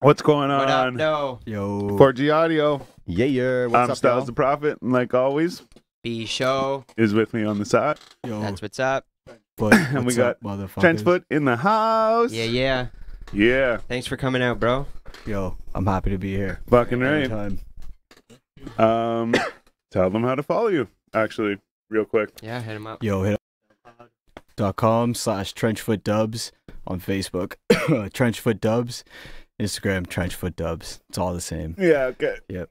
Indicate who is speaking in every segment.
Speaker 1: What's going
Speaker 2: What up?
Speaker 1: on?
Speaker 2: No.
Speaker 3: Yo.
Speaker 1: 4G Audio.
Speaker 3: yeah, yeah. What's
Speaker 1: I'm
Speaker 3: up,
Speaker 1: Styles
Speaker 3: y'all?
Speaker 1: the Prophet, and like always,
Speaker 2: B show.
Speaker 1: is with me on the side.
Speaker 3: Yo,
Speaker 2: That's what's up.
Speaker 3: but
Speaker 1: we
Speaker 3: what's
Speaker 1: got
Speaker 3: up, motherfuckers?
Speaker 1: Trenchfoot in the house.
Speaker 2: Yeah, yeah.
Speaker 1: Yeah,
Speaker 2: Thanks for coming out, bro.
Speaker 3: Yo, I'm happy to be here.
Speaker 1: fucking right.
Speaker 3: Anytime.
Speaker 1: Um, tell them how to follow you. Actually, real quick.
Speaker 2: Yeah, hit him up.
Speaker 3: Yo, hit up dot com slash trenchfoot dubs on Facebook. trenchfoot dubs. Instagram trenchfoot dubs. It's all the same.
Speaker 1: Yeah. Okay.
Speaker 3: You,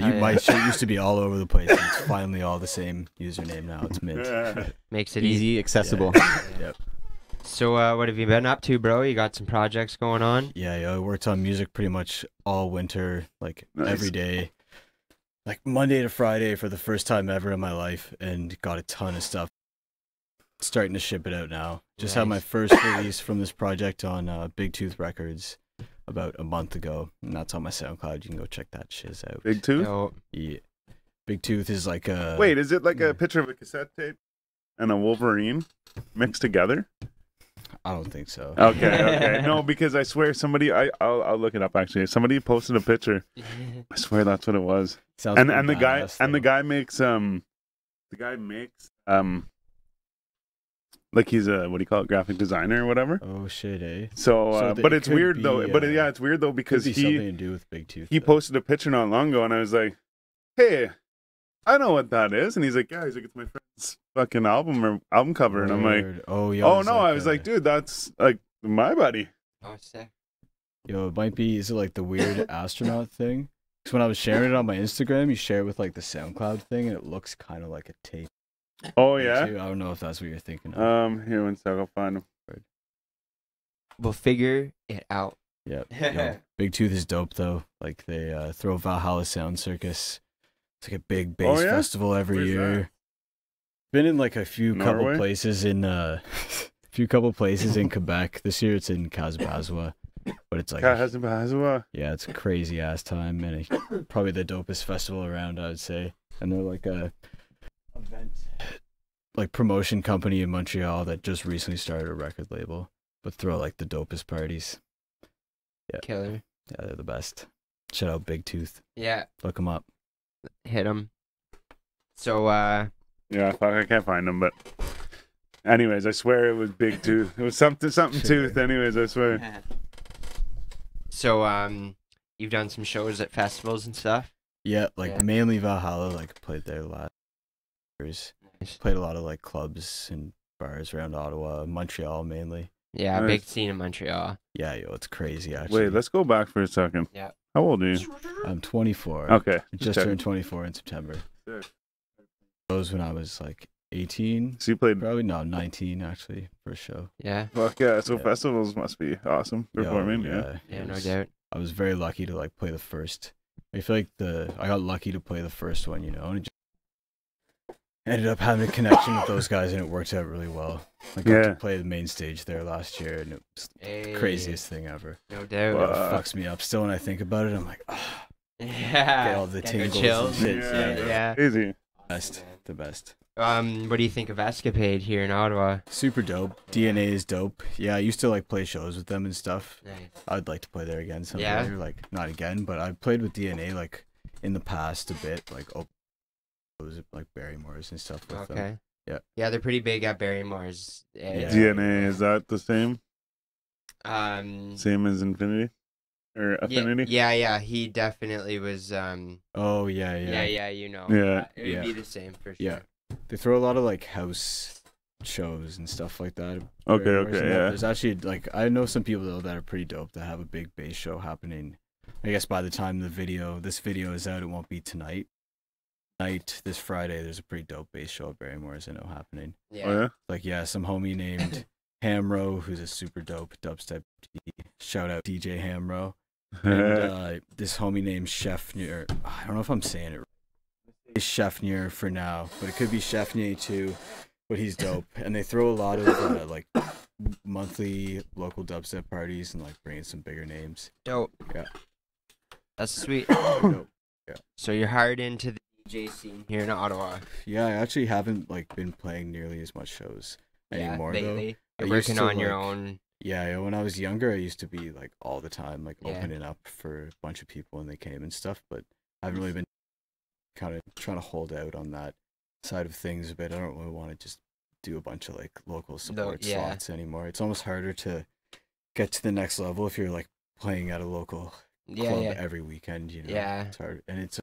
Speaker 2: Oh, yeah.
Speaker 3: My shit used to be all over the place. and It's finally all the same username now. It's mint.
Speaker 1: Yeah.
Speaker 2: Makes it easy.
Speaker 4: easy, accessible.
Speaker 2: So, uh, what have you been up to, bro? You got some projects going on?
Speaker 3: Yeah, yo, I worked on music pretty much all winter, like
Speaker 1: Nice.
Speaker 3: every day, like Monday to Friday for the first time ever in my life, and got a ton of stuff. Starting to ship it out now. Just had my
Speaker 2: Nice.
Speaker 3: first release from this project on uh, Big Tooth Records about a month ago, and that's on my SoundCloud. You can go check that shiz out.
Speaker 1: Big tooth.
Speaker 2: Yo, uh,
Speaker 3: Yeah. Big Tooth is like a
Speaker 1: Wait, is it like
Speaker 3: yeah.
Speaker 1: a picture of a cassette tape and a Wolverine mixed together?
Speaker 3: I don't think so.
Speaker 1: Okay. Okay. no, because I swear somebody. I I'll, I'll look it up. Actually, somebody posted a picture. I swear that's what it was.
Speaker 3: Sounds
Speaker 1: and
Speaker 3: pretty
Speaker 1: and the guy
Speaker 3: badass,
Speaker 1: and the
Speaker 3: though.
Speaker 1: guy makes um the guy makes um like he's a what do you call it graphic designer or whatever
Speaker 3: Oh shit, eh?
Speaker 1: so, uh,
Speaker 3: So th-
Speaker 1: but
Speaker 3: it
Speaker 1: it's
Speaker 3: could
Speaker 1: weird though
Speaker 3: be,
Speaker 1: but
Speaker 3: uh,
Speaker 1: yeah it's weird though
Speaker 3: Could
Speaker 1: because
Speaker 3: be
Speaker 1: he
Speaker 3: something to do with Big Tooth.
Speaker 1: he
Speaker 3: though.
Speaker 1: posted a picture not long ago and i was like hey i know what that is and he's like yeah he's like it's my friend's fucking album or album cover and i'm like
Speaker 3: Word. oh yeah.
Speaker 1: oh
Speaker 3: it's
Speaker 1: no i was
Speaker 3: a-
Speaker 1: like dude that's like my buddy
Speaker 2: oh, sick.
Speaker 3: Yo, it might be. Is it like the weird astronaut thing? Because when I was sharing it on my Instagram, you share it with like the SoundCloud thing, and it looks kind of like a tape.
Speaker 1: oh yeah
Speaker 3: too. I don't know if that's what you're thinking. Of.
Speaker 1: um here one sec i'll find him
Speaker 2: We'll figure it out.
Speaker 3: yep. yo, Big Tooth is dope though. Like they uh, throw Valhalla Sound Circus. It's like a big bass
Speaker 1: Oh, yeah?
Speaker 3: festival every
Speaker 1: Where's
Speaker 3: year.
Speaker 1: that?
Speaker 3: Been in like a few
Speaker 1: Norway?
Speaker 3: couple places in uh, a few couple places in Quebec. This year it's in Casabasua, but it's like a
Speaker 1: God, has a- has a-
Speaker 3: Yeah, it's a crazy ass time, and it- probably the dopest festival around, I would say. And they're like a event, like promotion company in Montreal that just recently started a record label, but throw like the dopest parties.
Speaker 2: Killer.
Speaker 3: Yeah, they're the best. Shout out Big Tooth.
Speaker 2: Yeah,
Speaker 3: Look them up.
Speaker 2: hit him. So, uh,
Speaker 1: Yeah, fuck, I can't find him. But, anyways, I swear it was Big Tooth. It was something, something
Speaker 3: Sure.
Speaker 1: Tooth. Anyways, I swear.
Speaker 2: so, um, you've done some shows at festivals and stuff.
Speaker 3: Yeah, like
Speaker 2: Yeah.
Speaker 3: mainly Valhalla. Like played there last years.
Speaker 2: Nice.
Speaker 3: Played a lot of like clubs and bars around Ottawa, Montreal mainly.
Speaker 2: Yeah,
Speaker 1: Nice.
Speaker 2: big scene in Montreal.
Speaker 3: Yeah, yo, it's crazy actually.
Speaker 1: Wait, let's go back for a second.
Speaker 2: Yeah.
Speaker 1: How old are you?
Speaker 3: I'm 24.
Speaker 1: Okay.
Speaker 3: Just
Speaker 1: check.
Speaker 3: turned 24 in September.
Speaker 1: Sick.
Speaker 3: Those when I was like 18,
Speaker 1: So you played.
Speaker 3: probably no, 19 actually for a show.
Speaker 2: Yeah.
Speaker 1: Fuck yeah! So
Speaker 3: Yeah.
Speaker 1: festivals must be awesome
Speaker 3: Yo,
Speaker 1: performing. Yeah.
Speaker 3: it
Speaker 2: Yeah, no
Speaker 3: was-
Speaker 2: doubt.
Speaker 3: I was very lucky to like play the first. I feel like the I got lucky to play the first one, you know, and it just ended up having a connection with those guys, and it worked out really well. I got
Speaker 1: Yeah.
Speaker 3: to play the main stage there last year, and it was the craziest thing ever.
Speaker 2: No
Speaker 3: It
Speaker 2: doubt.
Speaker 1: Wow. Fuck.
Speaker 3: fucks me up still when I think about it. I'm like, ah,
Speaker 2: Yeah.
Speaker 3: get all the
Speaker 2: Get the
Speaker 3: tingles,
Speaker 2: chills.
Speaker 3: and shit.
Speaker 1: Yeah,
Speaker 3: yeah.
Speaker 2: Yeah.
Speaker 1: Easy.
Speaker 3: best, the best.
Speaker 2: Um, what do you think of Escapade here in Ottawa?
Speaker 3: Super dope. DNA is dope. Yeah, I used to like play shows with them and stuff.
Speaker 2: Nice.
Speaker 3: I'd like to play there again someday.
Speaker 2: Yeah.
Speaker 3: Like not again, but I've played with DNA like in the past a bit, like op- was it like Barrymore's and stuff with them.
Speaker 2: Okay.
Speaker 3: Yeah.
Speaker 2: Yeah, they're pretty big at Barrymore's.
Speaker 3: Yeah.
Speaker 1: DNA is that the same?
Speaker 2: Um.
Speaker 1: Same as Infinity or
Speaker 2: Yeah,
Speaker 1: Affinity?
Speaker 2: yeah, yeah. He definitely was. Um.
Speaker 3: Oh yeah,
Speaker 2: Yeah,
Speaker 3: yeah,
Speaker 2: yeah. you know.
Speaker 1: Yeah.
Speaker 2: It would
Speaker 3: Yeah.
Speaker 2: be the same for sure.
Speaker 3: Yeah. They throw a lot of like house shows and stuff like that. at
Speaker 1: Okay,
Speaker 3: Barrymore's
Speaker 1: okay,
Speaker 3: and that-
Speaker 1: yeah.
Speaker 3: There's actually like I know some people though that are pretty dope that have a big bass show happening. I guess by the time the video this video is out, it won't be tonight. Night this Friday, there's a pretty dope bass show at Barrymore's I know happening.
Speaker 2: Yeah.
Speaker 1: Oh yeah.
Speaker 3: like yeah, some homie named Hamro, who's a super dope dubstep. DJ. Shout out DJ Hamro. And uh, this homie named Chefner. I don't know if I'm saying it. right. It's Chefner for now, but it could be Chefner too. But he's dope, and they throw a lot of uh, like monthly local dubstep parties and like bringing some bigger names.
Speaker 2: Dope.
Speaker 3: Yeah.
Speaker 2: That's sweet.
Speaker 3: Dope.
Speaker 2: So you're hired into the DJ scene here in Ottawa.
Speaker 3: Yeah, I actually haven't like been playing nearly as much shows anymore
Speaker 2: yeah,
Speaker 3: though.
Speaker 2: lately.
Speaker 3: I
Speaker 2: You're
Speaker 3: used
Speaker 2: working
Speaker 3: to,
Speaker 2: on your
Speaker 3: like-
Speaker 2: own
Speaker 3: Yeah, when I was younger, I used to be like all the time, like
Speaker 2: Yeah.
Speaker 3: opening up for a bunch of people when they came and stuff. But I haven't really been kind of trying to hold out on that side of things a bit. I don't really want to just do a bunch of like local support
Speaker 2: yeah.
Speaker 3: slots anymore. It's almost harder to get to the next level if you're like playing at a local
Speaker 2: Yeah,
Speaker 3: club
Speaker 2: yeah.
Speaker 3: every weekend. You know,
Speaker 2: Yeah.
Speaker 3: it's hard, and it's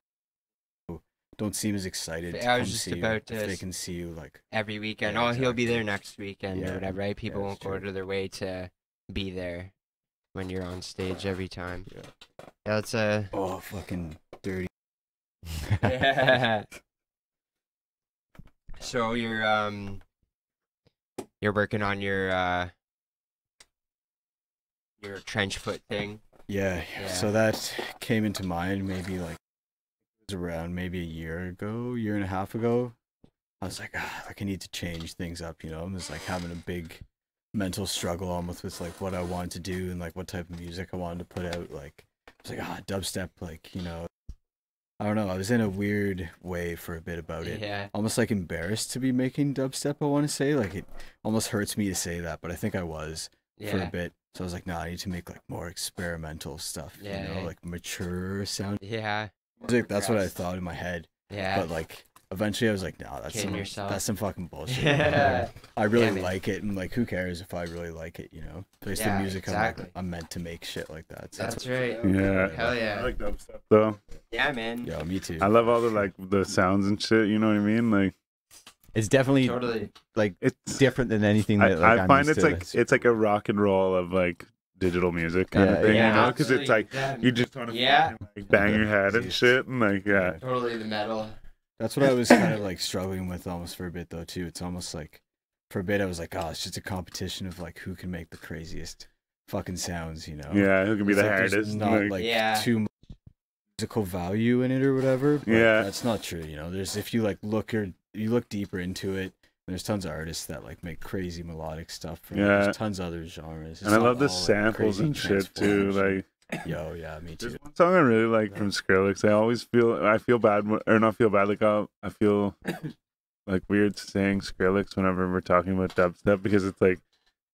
Speaker 3: Oh, don't seem as excited.
Speaker 2: F-
Speaker 3: to
Speaker 2: I was
Speaker 3: come
Speaker 2: just
Speaker 3: see you
Speaker 2: about to
Speaker 3: if they
Speaker 2: s-
Speaker 3: can see you like
Speaker 2: Every weekend.
Speaker 3: Yeah,
Speaker 2: oh, he'll be there
Speaker 3: exactly.
Speaker 2: next weekend
Speaker 3: Yeah,
Speaker 2: or whatever, right? People
Speaker 3: that's
Speaker 2: won't go
Speaker 3: true.
Speaker 2: out of their way to be there when you're on stage every time.
Speaker 3: Yeah.
Speaker 2: Yeah, uh, that's a.
Speaker 3: oh fucking dirty.
Speaker 2: so you're um you're working on your uh your trench foot thing.
Speaker 3: Yeah,
Speaker 2: Yeah.
Speaker 3: so that came into mind maybe like it was around maybe a year ago, year and a half ago. I was like, ah, like I need to change things up, you know. I'm just like having a big mental struggle almost with like what I wanted to do and like what type of music I wanted to put out. Like I was like, ah, dubstep, like, you know. I don't know, I was in a weird way for a bit about it.
Speaker 2: Yeah.
Speaker 3: Almost like embarrassed to be making dubstep, I wanna say. Like it almost hurts me to say that, but I think I was for a
Speaker 2: Yeah.
Speaker 3: bit. So I was like, no, I need to make like more experimental stuff, you know,
Speaker 2: Yeah.
Speaker 3: like mature sound
Speaker 2: Yeah.
Speaker 3: music. That's what I thought in my head.
Speaker 2: Yeah.
Speaker 3: But like, eventually I was like, no, that's
Speaker 2: Kidding
Speaker 3: some,
Speaker 2: yourself.
Speaker 3: that's some fucking bullshit.
Speaker 2: yeah.
Speaker 3: I really
Speaker 2: Yeah, man.
Speaker 3: like it. And like, who cares if I really like it, you know? It's
Speaker 2: Yeah,
Speaker 3: the music I'm,
Speaker 2: exactly.
Speaker 3: like, I'm meant to make shit like that. So
Speaker 2: That's right.
Speaker 1: Yeah.
Speaker 2: Hell yeah.
Speaker 1: I like dubstep though.
Speaker 2: Yeah, man.
Speaker 3: yeah, me too.
Speaker 1: I love all the like the sounds and shit. You know what I mean? Like
Speaker 4: It's definitely
Speaker 2: Totally.
Speaker 4: like
Speaker 1: it's.
Speaker 4: different than anything
Speaker 1: I,
Speaker 4: that like,
Speaker 1: I
Speaker 4: I'm
Speaker 1: find
Speaker 4: used
Speaker 1: it's
Speaker 4: to.
Speaker 1: like it's like a rock and roll of like digital music kind
Speaker 4: Yeah,
Speaker 1: of thing,
Speaker 4: yeah.
Speaker 1: you know? Because it's like you just want to
Speaker 2: Yeah.
Speaker 1: like, bang your head and
Speaker 3: Jeez.
Speaker 1: shit, and like yeah,
Speaker 2: totally the metal.
Speaker 3: That's what I was kind of like struggling with almost for a bit though too. It's almost like for a bit I was like, oh, it's just a competition of like who can make the craziest fucking sounds, you know?
Speaker 1: yeah, who can be
Speaker 3: It's
Speaker 1: the
Speaker 3: like there's
Speaker 1: hardest? and,
Speaker 3: Not
Speaker 1: like-
Speaker 3: like
Speaker 2: Yeah.
Speaker 3: too much musical value in it or whatever. but
Speaker 1: Yeah.
Speaker 3: that's not true. You know, there's if you like look or you look deeper into it. There's tons of artists that like make crazy melodic stuff. From,
Speaker 1: Yeah.
Speaker 3: there's tons of other genres. It's
Speaker 1: and I
Speaker 3: not
Speaker 1: love the
Speaker 3: all, like,
Speaker 1: samples
Speaker 3: crazy
Speaker 1: and shit too.
Speaker 3: transformers.
Speaker 1: Like
Speaker 3: yo, yeah, me
Speaker 1: There's
Speaker 3: too.
Speaker 1: one song I really like from Skrillex. I always feel I feel bad when- or not feel bad like I'll, I feel like weird saying Skrillex whenever we're talking about dubstep because it's like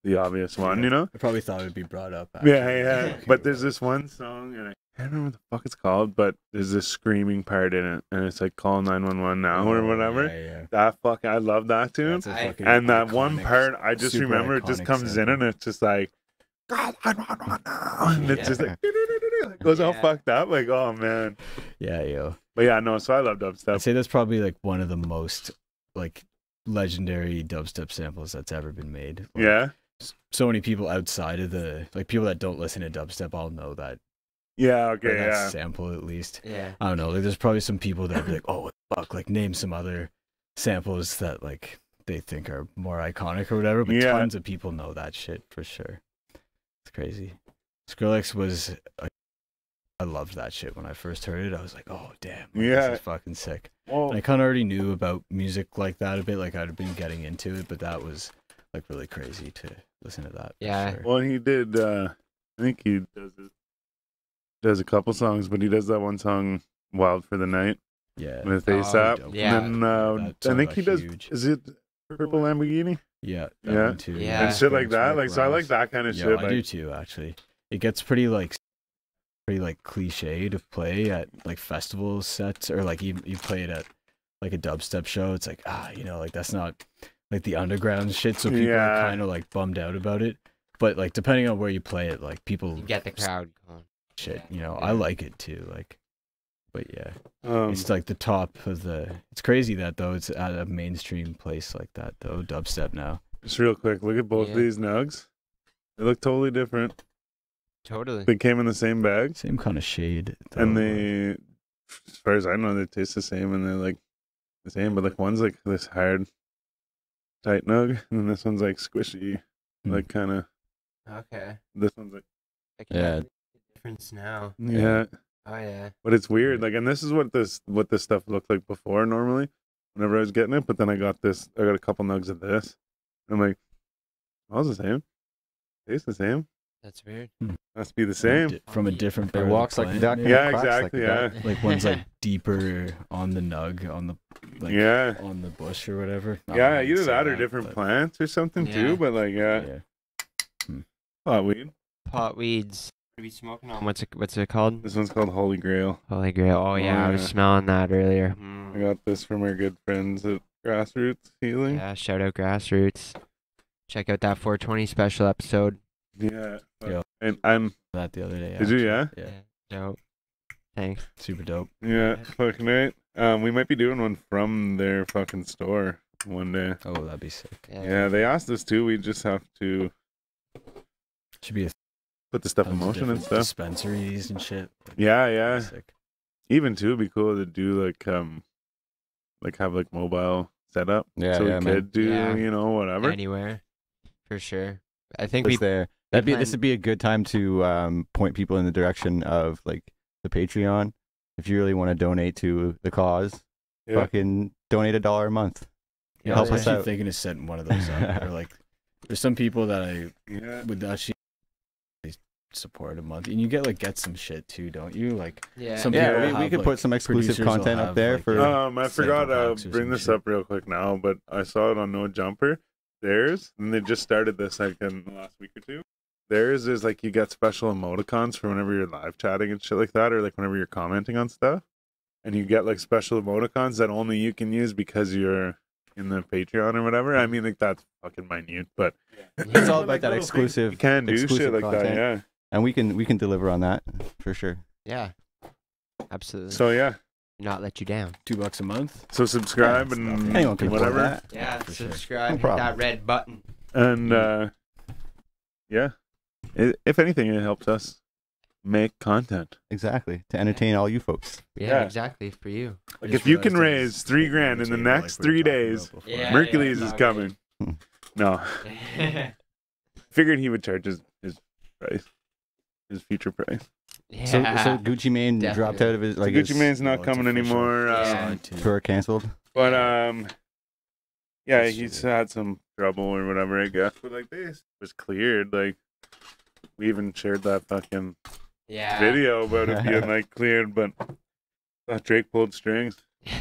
Speaker 1: the obvious one, you know?
Speaker 3: I probably thought it would be brought up.
Speaker 1: Yeah,
Speaker 3: actually.
Speaker 1: yeah.
Speaker 3: Okay,
Speaker 1: But there's this one song and I can't remember what the fuck it's called, but there's this screaming part in it and it's like call 911 now or
Speaker 3: oh,
Speaker 1: whatever.
Speaker 3: Yeah, yeah.
Speaker 1: That fuck I love that tune.
Speaker 3: That's a
Speaker 2: I-
Speaker 3: fucking
Speaker 1: and that one
Speaker 3: iconic-
Speaker 1: part I just
Speaker 3: super
Speaker 1: remember it just
Speaker 3: iconic
Speaker 1: comes in
Speaker 3: sample.
Speaker 1: and it's just like "Call 911 now," and it's just
Speaker 4: Yeah.
Speaker 1: like it goes all
Speaker 2: Yeah.
Speaker 1: fucked up like oh man
Speaker 3: Yeah, yo.
Speaker 1: But yeah, no, so I love
Speaker 3: I'd
Speaker 1: dubstep.
Speaker 3: say that's probably like one of the most like legendary dubstep samples that's ever been made. Like,
Speaker 1: Yeah.
Speaker 3: s- So many people outside of the like people that don't listen to dubstep all know that,
Speaker 1: Yeah,
Speaker 3: or
Speaker 1: okay,
Speaker 3: that
Speaker 1: yeah.
Speaker 3: sample at least.
Speaker 2: Yeah.
Speaker 3: I don't know. Like, there's probably some people that be like, "Oh, what the fuck!" Like, name some other samples that like they think are more iconic or whatever. But
Speaker 1: Yeah.
Speaker 3: tons of people know that shit for sure. It's crazy. Skrillex was. a- I loved that shit when I first heard it. I was like, "Oh, damn! like,
Speaker 1: Yeah. Oh.
Speaker 3: this is fucking sick."
Speaker 1: Well,
Speaker 3: I kind of already knew about music like that a bit, like I'd been getting into it, but that was like really crazy to listen to that. for
Speaker 2: Yeah.
Speaker 3: sure.
Speaker 1: well he did uh I think he does it, does a couple songs, but he does that one song Wild for the Night
Speaker 3: yeah,
Speaker 1: with
Speaker 2: Oh,
Speaker 1: ASAP.
Speaker 3: dope.
Speaker 2: yeah.
Speaker 1: And then uh,
Speaker 3: That
Speaker 1: I
Speaker 3: song
Speaker 1: think
Speaker 3: got
Speaker 1: he does
Speaker 3: huge.
Speaker 1: is it Purple Lamborghini?
Speaker 3: yeah,
Speaker 1: Yeah.
Speaker 3: one too,
Speaker 2: Yeah.
Speaker 1: and shit like that. Like so I like
Speaker 3: Rounds.
Speaker 1: that kind of
Speaker 3: Yeah,
Speaker 1: shit.
Speaker 3: I
Speaker 1: like,
Speaker 3: do too. Actually, it gets pretty like pretty like cliche to play at like festival sets or like you you play it at like a dubstep show. It's like ah, you know, like that's not like the underground shit. So people
Speaker 1: Yeah.
Speaker 3: are kind of like bummed out about it. But like depending on where you play it, like people
Speaker 2: You get the crowd going.
Speaker 3: shit.
Speaker 2: Yeah.
Speaker 3: You know, I like it too. Like, but yeah,
Speaker 1: um,
Speaker 3: it's like the top of the. It's crazy that though. It's at a mainstream place like that though. Dubstep now.
Speaker 1: just real quick, look at both
Speaker 2: Yeah.
Speaker 1: these nugs. They look totally different.
Speaker 2: Totally.
Speaker 1: They came in the same bag,
Speaker 3: Same kind of shade. Though,
Speaker 1: and
Speaker 3: like-
Speaker 1: they, as far as I know, they taste the same, and they're like the same. But like one's like this hard, tight nug, and then this one's like squishy,
Speaker 3: Hmm.
Speaker 1: like kind of.
Speaker 2: Okay.
Speaker 1: This one's like
Speaker 2: I can
Speaker 3: Yeah.
Speaker 2: definitely see the difference now.
Speaker 1: yeah.
Speaker 2: Oh yeah.
Speaker 1: but it's weird. Like, and this is what this what this stuff looked like before normally. Whenever I was getting it, but then I got this. I got a couple nugs of this. And I'm like, smells the same, tastes the same,
Speaker 2: That's weird.
Speaker 1: must be the same.
Speaker 3: Di- from a different. part
Speaker 4: it
Speaker 3: of the
Speaker 4: walks like a
Speaker 3: planet,
Speaker 4: duck.
Speaker 3: maybe?
Speaker 4: and it
Speaker 1: Yeah,
Speaker 4: quacks
Speaker 1: exactly,
Speaker 4: Like a duck.
Speaker 3: Like one's like deeper on the nug on the like
Speaker 1: yeah,
Speaker 3: on the bush or whatever. I don't know
Speaker 1: yeah,
Speaker 3: how to
Speaker 1: either
Speaker 3: say
Speaker 1: that or different
Speaker 3: but-
Speaker 1: plants or something
Speaker 2: Yeah.
Speaker 1: too. But like, yeah,
Speaker 3: Yeah. Hmm.
Speaker 1: Pot weed.
Speaker 2: pot weeds. What are we smoking on? What's it? What's it called?
Speaker 1: This one's called Holy Grail.
Speaker 2: Holy Grail. Oh yeah, I was
Speaker 1: yeah.
Speaker 2: smelling that earlier.
Speaker 1: I got this from our good friends at Grassroots Healing.
Speaker 2: Yeah, shout out grassroots. Check out that 420 special episode.
Speaker 1: Yeah.
Speaker 3: Yeah.
Speaker 1: And I'm.
Speaker 3: That the other day.
Speaker 1: Did you? Yeah.
Speaker 3: Yeah.
Speaker 2: Dope. Thanks.
Speaker 3: Super dope.
Speaker 1: Yeah.
Speaker 2: Yeah.
Speaker 1: Fucking right. Um, we might be doing one from their fucking store one day.
Speaker 3: Oh, that'd be sick.
Speaker 2: Yeah.
Speaker 1: Yeah, they asked us to. We just have to
Speaker 3: Should be a
Speaker 1: put the stuff in
Speaker 3: tons of
Speaker 1: motion and
Speaker 3: different
Speaker 1: stuff.
Speaker 3: Dispensaries and shit.
Speaker 1: Yeah, yeah.
Speaker 3: Sick.
Speaker 1: Even too, it'd be cool to do like um, like have like mobile setup.
Speaker 4: Yeah,
Speaker 1: so
Speaker 4: yeah,
Speaker 1: we
Speaker 4: man.
Speaker 1: could do
Speaker 2: Yeah.
Speaker 1: you know whatever.
Speaker 2: Anywhere, for sure. I think we
Speaker 4: It's there. That'd be
Speaker 2: plan-
Speaker 4: this would be a good time to um, point people in the direction of like the Patreon. If you really want to donate to the cause,
Speaker 1: Yeah.
Speaker 4: fucking donate a dollar a month.
Speaker 3: Yeah,
Speaker 4: Help
Speaker 3: I was
Speaker 4: us
Speaker 3: actually
Speaker 4: out.
Speaker 3: thinking of setting one of those up. or like, there's some people that I
Speaker 1: Yeah.
Speaker 3: would actually support a month, and you get like get some shit too, don't you? Like,
Speaker 2: yeah.
Speaker 3: some
Speaker 1: Yeah,
Speaker 4: Yeah,
Speaker 3: people
Speaker 1: we-
Speaker 4: we,
Speaker 3: will have,
Speaker 4: could
Speaker 3: like,
Speaker 4: put some exclusive
Speaker 3: producers will
Speaker 4: content
Speaker 3: have,
Speaker 4: up there
Speaker 3: like,
Speaker 4: for.
Speaker 3: yeah.
Speaker 1: Um, I
Speaker 3: Psycho
Speaker 1: forgot to
Speaker 3: Hawks or
Speaker 1: bring
Speaker 3: some
Speaker 1: this
Speaker 3: shit.
Speaker 1: up real quick now, but I saw it on No Jumper. Theirs, and they just started this like in the last week or two. Theirs is like you get special emoticons for whenever you're live chatting and shit like that, or like whenever you're commenting on stuff, and you get like special emoticons that only you can use because you're in the Patreon or whatever. I mean, like that's fucking minute, but
Speaker 4: It's all
Speaker 1: But,
Speaker 4: about
Speaker 1: like,
Speaker 4: that
Speaker 1: little things
Speaker 4: exclusive-
Speaker 1: You can do shit
Speaker 4: exclusive
Speaker 1: like that,
Speaker 4: content.
Speaker 1: yeah.
Speaker 4: and we can we can deliver on that for sure.
Speaker 2: yeah. Absolutely.
Speaker 1: So yeah,
Speaker 2: Not let you down.
Speaker 3: two bucks a month.
Speaker 1: so subscribe
Speaker 3: Yeah, it's
Speaker 1: and
Speaker 3: nothing.
Speaker 4: Anyone can
Speaker 1: whatever.
Speaker 4: whatever. That.
Speaker 2: Yeah.
Speaker 3: for sure.
Speaker 2: subscribe.
Speaker 4: No
Speaker 2: hit
Speaker 4: problem.
Speaker 2: that red button.
Speaker 1: and uh yeah I if anything it helps us make content
Speaker 4: Exactly to entertain all you folks.
Speaker 2: Yeah,
Speaker 1: Yeah.
Speaker 2: Exactly for you.
Speaker 1: like
Speaker 3: I just
Speaker 1: if you can
Speaker 3: realized I was
Speaker 1: raise three
Speaker 3: thinking
Speaker 1: grand
Speaker 3: of
Speaker 1: in the
Speaker 3: table, like
Speaker 1: next
Speaker 3: we were
Speaker 1: three
Speaker 3: talking
Speaker 1: days
Speaker 3: about before.
Speaker 2: Yeah, yeah,
Speaker 1: mercules is
Speaker 2: okay.
Speaker 1: coming no figured he would charge his his price his future price
Speaker 2: yeah.
Speaker 4: So, so Gucci Mane
Speaker 2: Definitely.
Speaker 4: dropped out of his like
Speaker 1: gucci
Speaker 4: his
Speaker 1: mane's not
Speaker 3: Well, it's
Speaker 1: coming
Speaker 3: official.
Speaker 1: anymore
Speaker 2: Yeah.
Speaker 1: um,
Speaker 3: Side too.
Speaker 4: tour canceled.
Speaker 1: but um yeah
Speaker 3: That's
Speaker 1: he's
Speaker 3: true.
Speaker 1: had some trouble or whatever i guess but like this was cleared like we even shared that fucking
Speaker 2: yeah.
Speaker 1: video about it being like cleared but thought drake pulled strings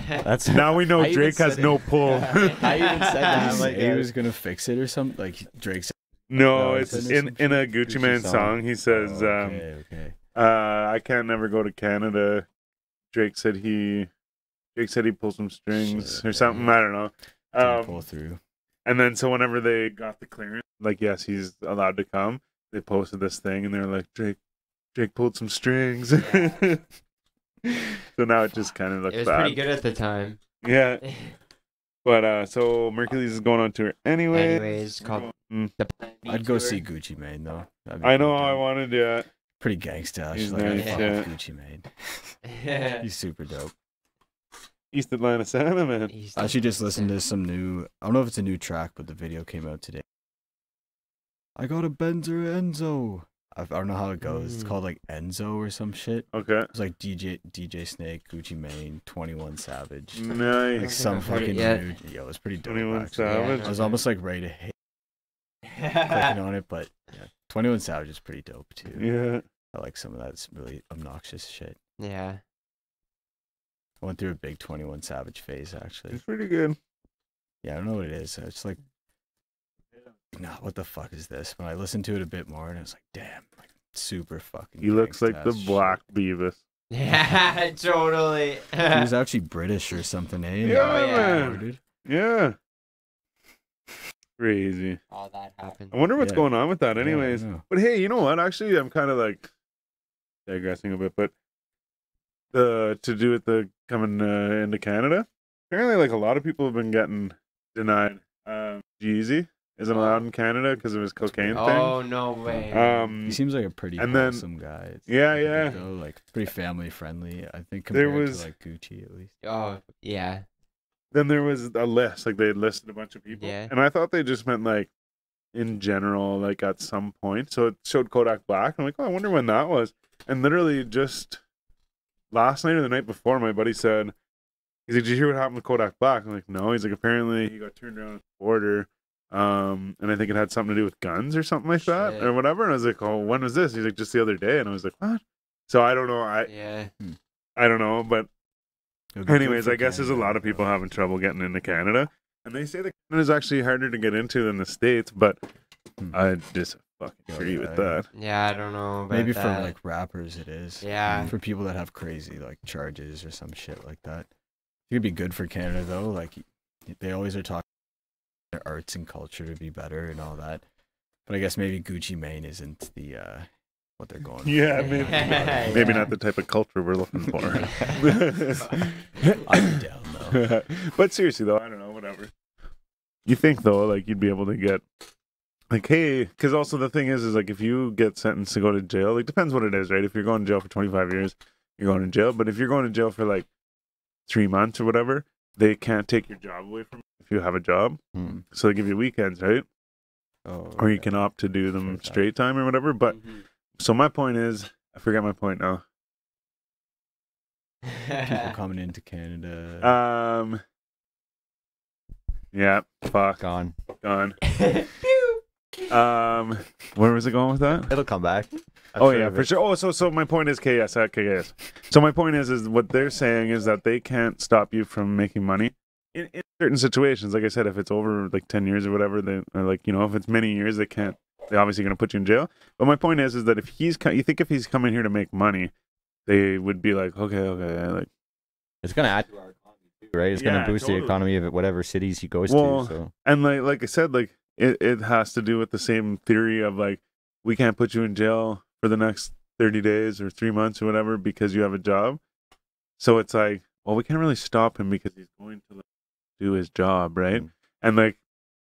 Speaker 4: That's
Speaker 1: Now we know
Speaker 4: I even
Speaker 1: Drake has
Speaker 4: said it.
Speaker 1: no pull.
Speaker 4: I even said
Speaker 3: Did he
Speaker 4: that. I'm
Speaker 3: say
Speaker 4: like,
Speaker 3: he
Speaker 4: yeah.
Speaker 3: was gonna fix it or something? Like Drake said.
Speaker 1: no,
Speaker 4: No,
Speaker 1: it's
Speaker 4: it's
Speaker 1: in, in a Gucci,
Speaker 4: Gucci
Speaker 1: Man song.
Speaker 4: song.
Speaker 1: He says,
Speaker 3: oh, okay, okay.
Speaker 1: um, uh, "I can't never go to Canada." Drake said he, Drake said he pulled some strings
Speaker 3: Shit,
Speaker 1: or something. I don't know.
Speaker 3: Didn't
Speaker 1: Um,
Speaker 3: pull through.
Speaker 1: and then so whenever they got the clearance, like yes, he's allowed to come. They posted this thing and they're like, "Drake, Drake pulled some strings."
Speaker 2: Yeah.
Speaker 1: so now it just kind of
Speaker 2: it
Speaker 1: looks
Speaker 2: was
Speaker 1: bad.
Speaker 2: pretty good at the time.
Speaker 1: Yeah, but uh, so Mercury's is going on tour anyway.
Speaker 2: Anyways, called
Speaker 1: Mm.
Speaker 2: the.
Speaker 3: I'd go see Gucci Mane though. That'd be
Speaker 1: I
Speaker 3: pretty
Speaker 1: know I
Speaker 3: dope.
Speaker 1: want to uh, do it.
Speaker 3: Pretty gangsta.
Speaker 1: He's
Speaker 3: She's like,
Speaker 1: nice,
Speaker 3: I fuck
Speaker 1: yeah.
Speaker 3: with Gucci Mane.
Speaker 2: Yeah.
Speaker 3: He's super dope.
Speaker 1: East Atlanta Santa Man.
Speaker 2: He's
Speaker 3: I
Speaker 2: the-
Speaker 3: actually just listened to some new. I don't know if it's a new track, but the video came out today. I got a Benzer Enzo. I, I don't know how it goes. It's
Speaker 2: Mm.
Speaker 3: called like Enzo or some shit.
Speaker 1: Okay.
Speaker 3: It's like DJ DJ Snake, Gucci Mane, Twenty One
Speaker 1: Mm.
Speaker 3: Savage, like
Speaker 1: Nice.
Speaker 3: some
Speaker 2: I've heard it
Speaker 3: fucking
Speaker 2: yet.
Speaker 3: dude. Yo, it's pretty dope.
Speaker 1: 21
Speaker 3: actually.
Speaker 1: Savage.
Speaker 3: I was almost like ready to hit clicking on it, but yeah, Twenty One Savage is pretty dope too.
Speaker 1: Yeah.
Speaker 3: I like some of that. It's really obnoxious shit.
Speaker 2: yeah.
Speaker 3: I went through a big Twenty One Savage phase actually.
Speaker 1: It's pretty good.
Speaker 3: Yeah, I don't know what it is. It's like, nah, what the fuck is this? When I listened to it a bit more, and I was like, damn, like super fucking.
Speaker 1: He looks like the
Speaker 3: gangsta-ass
Speaker 1: Black Beavis.
Speaker 2: Yeah, totally.
Speaker 3: shit. He was actually British or something, eh?
Speaker 2: Oh,
Speaker 1: Yeah,
Speaker 3: yeah,
Speaker 1: man.
Speaker 3: dude.
Speaker 1: Yeah. Crazy.
Speaker 2: All that happened.
Speaker 1: I wonder what's
Speaker 3: Yeah.
Speaker 1: going on with that,
Speaker 3: Yeah, I
Speaker 1: anyways.
Speaker 3: know.
Speaker 1: But hey, you know what? Actually, I'm kind of like digressing a bit, but the to do with the coming uh, into Canada, apparently, like a lot of people have been getting denied. Um, Jeezy
Speaker 3: Oh.
Speaker 1: isn't allowed in Canada because of his cocaine thing.
Speaker 2: Oh no way.
Speaker 1: Um,
Speaker 3: He seems like a pretty
Speaker 1: And
Speaker 3: and
Speaker 1: then-
Speaker 3: wholesome guy. It's
Speaker 1: yeah,
Speaker 3: pretty
Speaker 1: yeah.
Speaker 3: good though, like pretty family friendly. I think
Speaker 1: There
Speaker 3: compared there was
Speaker 1: was-
Speaker 3: to like Gucci at least.
Speaker 2: oh yeah.
Speaker 1: then there was a list like they had listed a bunch of people
Speaker 2: Yeah.
Speaker 1: and i thought they just meant like in general like at some point so it showed kodak black i'm like oh i wonder when that was and literally just last night or the night before my buddy said he's like did you hear what happened with kodak black i'm like no he's like apparently he got turned around at the border um and i think it had something to do with guns or something like that
Speaker 2: Shit.
Speaker 1: or whatever and i was like oh when was this he's like just the other day and i was like what so i don't know i
Speaker 2: Yeah.
Speaker 1: i don't know but
Speaker 3: It'll be good
Speaker 1: Anyways,
Speaker 3: for
Speaker 1: I guess there's a
Speaker 3: Canada,
Speaker 1: lot of people
Speaker 3: though.
Speaker 1: having trouble getting into Canada, and they say that Canada's actually harder to get into than the states. But
Speaker 3: Hmm.
Speaker 1: I just fucking
Speaker 3: Yeah,
Speaker 1: agree with
Speaker 3: right.
Speaker 1: that.
Speaker 2: Yeah, I don't know. About
Speaker 3: Maybe for
Speaker 2: that.
Speaker 3: like rappers, it is.
Speaker 2: Yeah.
Speaker 3: For people that have crazy like charges or some shit like that. It could be good for Canada though. Like they always are talking their arts and culture to be better and all that. But I guess maybe Gucci Mane isn't the uh what they're going.
Speaker 1: Yeah,
Speaker 3: for.
Speaker 1: maybe,
Speaker 2: Yeah.
Speaker 1: maybe not the type of culture we're looking
Speaker 3: I'd
Speaker 1: for.
Speaker 3: be down though.
Speaker 1: but seriously though, I don't know. Whatever. You think though, like you'd be able to get, like, hey, because also the thing is, is like if you get sentenced to go to jail, like depends what it is, right? If you're going to jail for 25 years, you're going to jail. But if you're going to jail for like three months or whatever, they can't take your job away from you if you have a job.
Speaker 4: Hmm.
Speaker 1: So they give you weekends, right?
Speaker 3: Oh,
Speaker 1: Or you can opt to do them
Speaker 3: Straight time. Mm-hmm.
Speaker 1: straight time or whatever. But so my point is, I forget my point now.
Speaker 2: Mm-hmm.
Speaker 3: people coming into Canada.
Speaker 1: Um. Yeah. Fuck.
Speaker 4: Gone.
Speaker 1: Gone.
Speaker 2: Uh,
Speaker 1: Um, where was it going with that?
Speaker 4: It'll come back. I'm
Speaker 1: oh
Speaker 4: sure
Speaker 1: yeah,
Speaker 4: of
Speaker 1: for
Speaker 4: it.
Speaker 1: sure. Oh, so so my point is, okay, yes, okay, yes. So my point is, is what they're saying is that they can't stop you from making money in, in certain situations. Like I said, if it's over like ten years or whatever, they or like you know, if it's many years, they can't. They're obviously going to put you in jail. But my point is, is that if he's, co- you think if he's coming here to make money, they would be like, okay, okay, like
Speaker 4: It's gonna add to our economy too, right? It's
Speaker 1: Yeah,
Speaker 4: gonna boost
Speaker 1: totally.
Speaker 4: the economy of whatever cities he goes
Speaker 1: Well,
Speaker 4: to. So
Speaker 1: and like like I said, like it, it has to do with the same theory of like we can't put you in jail for the next thirty days or three months or whatever because you have a job. So it's like, well, we can't really stop him because he's going to like, do his job, right?
Speaker 4: Mm.
Speaker 1: And like,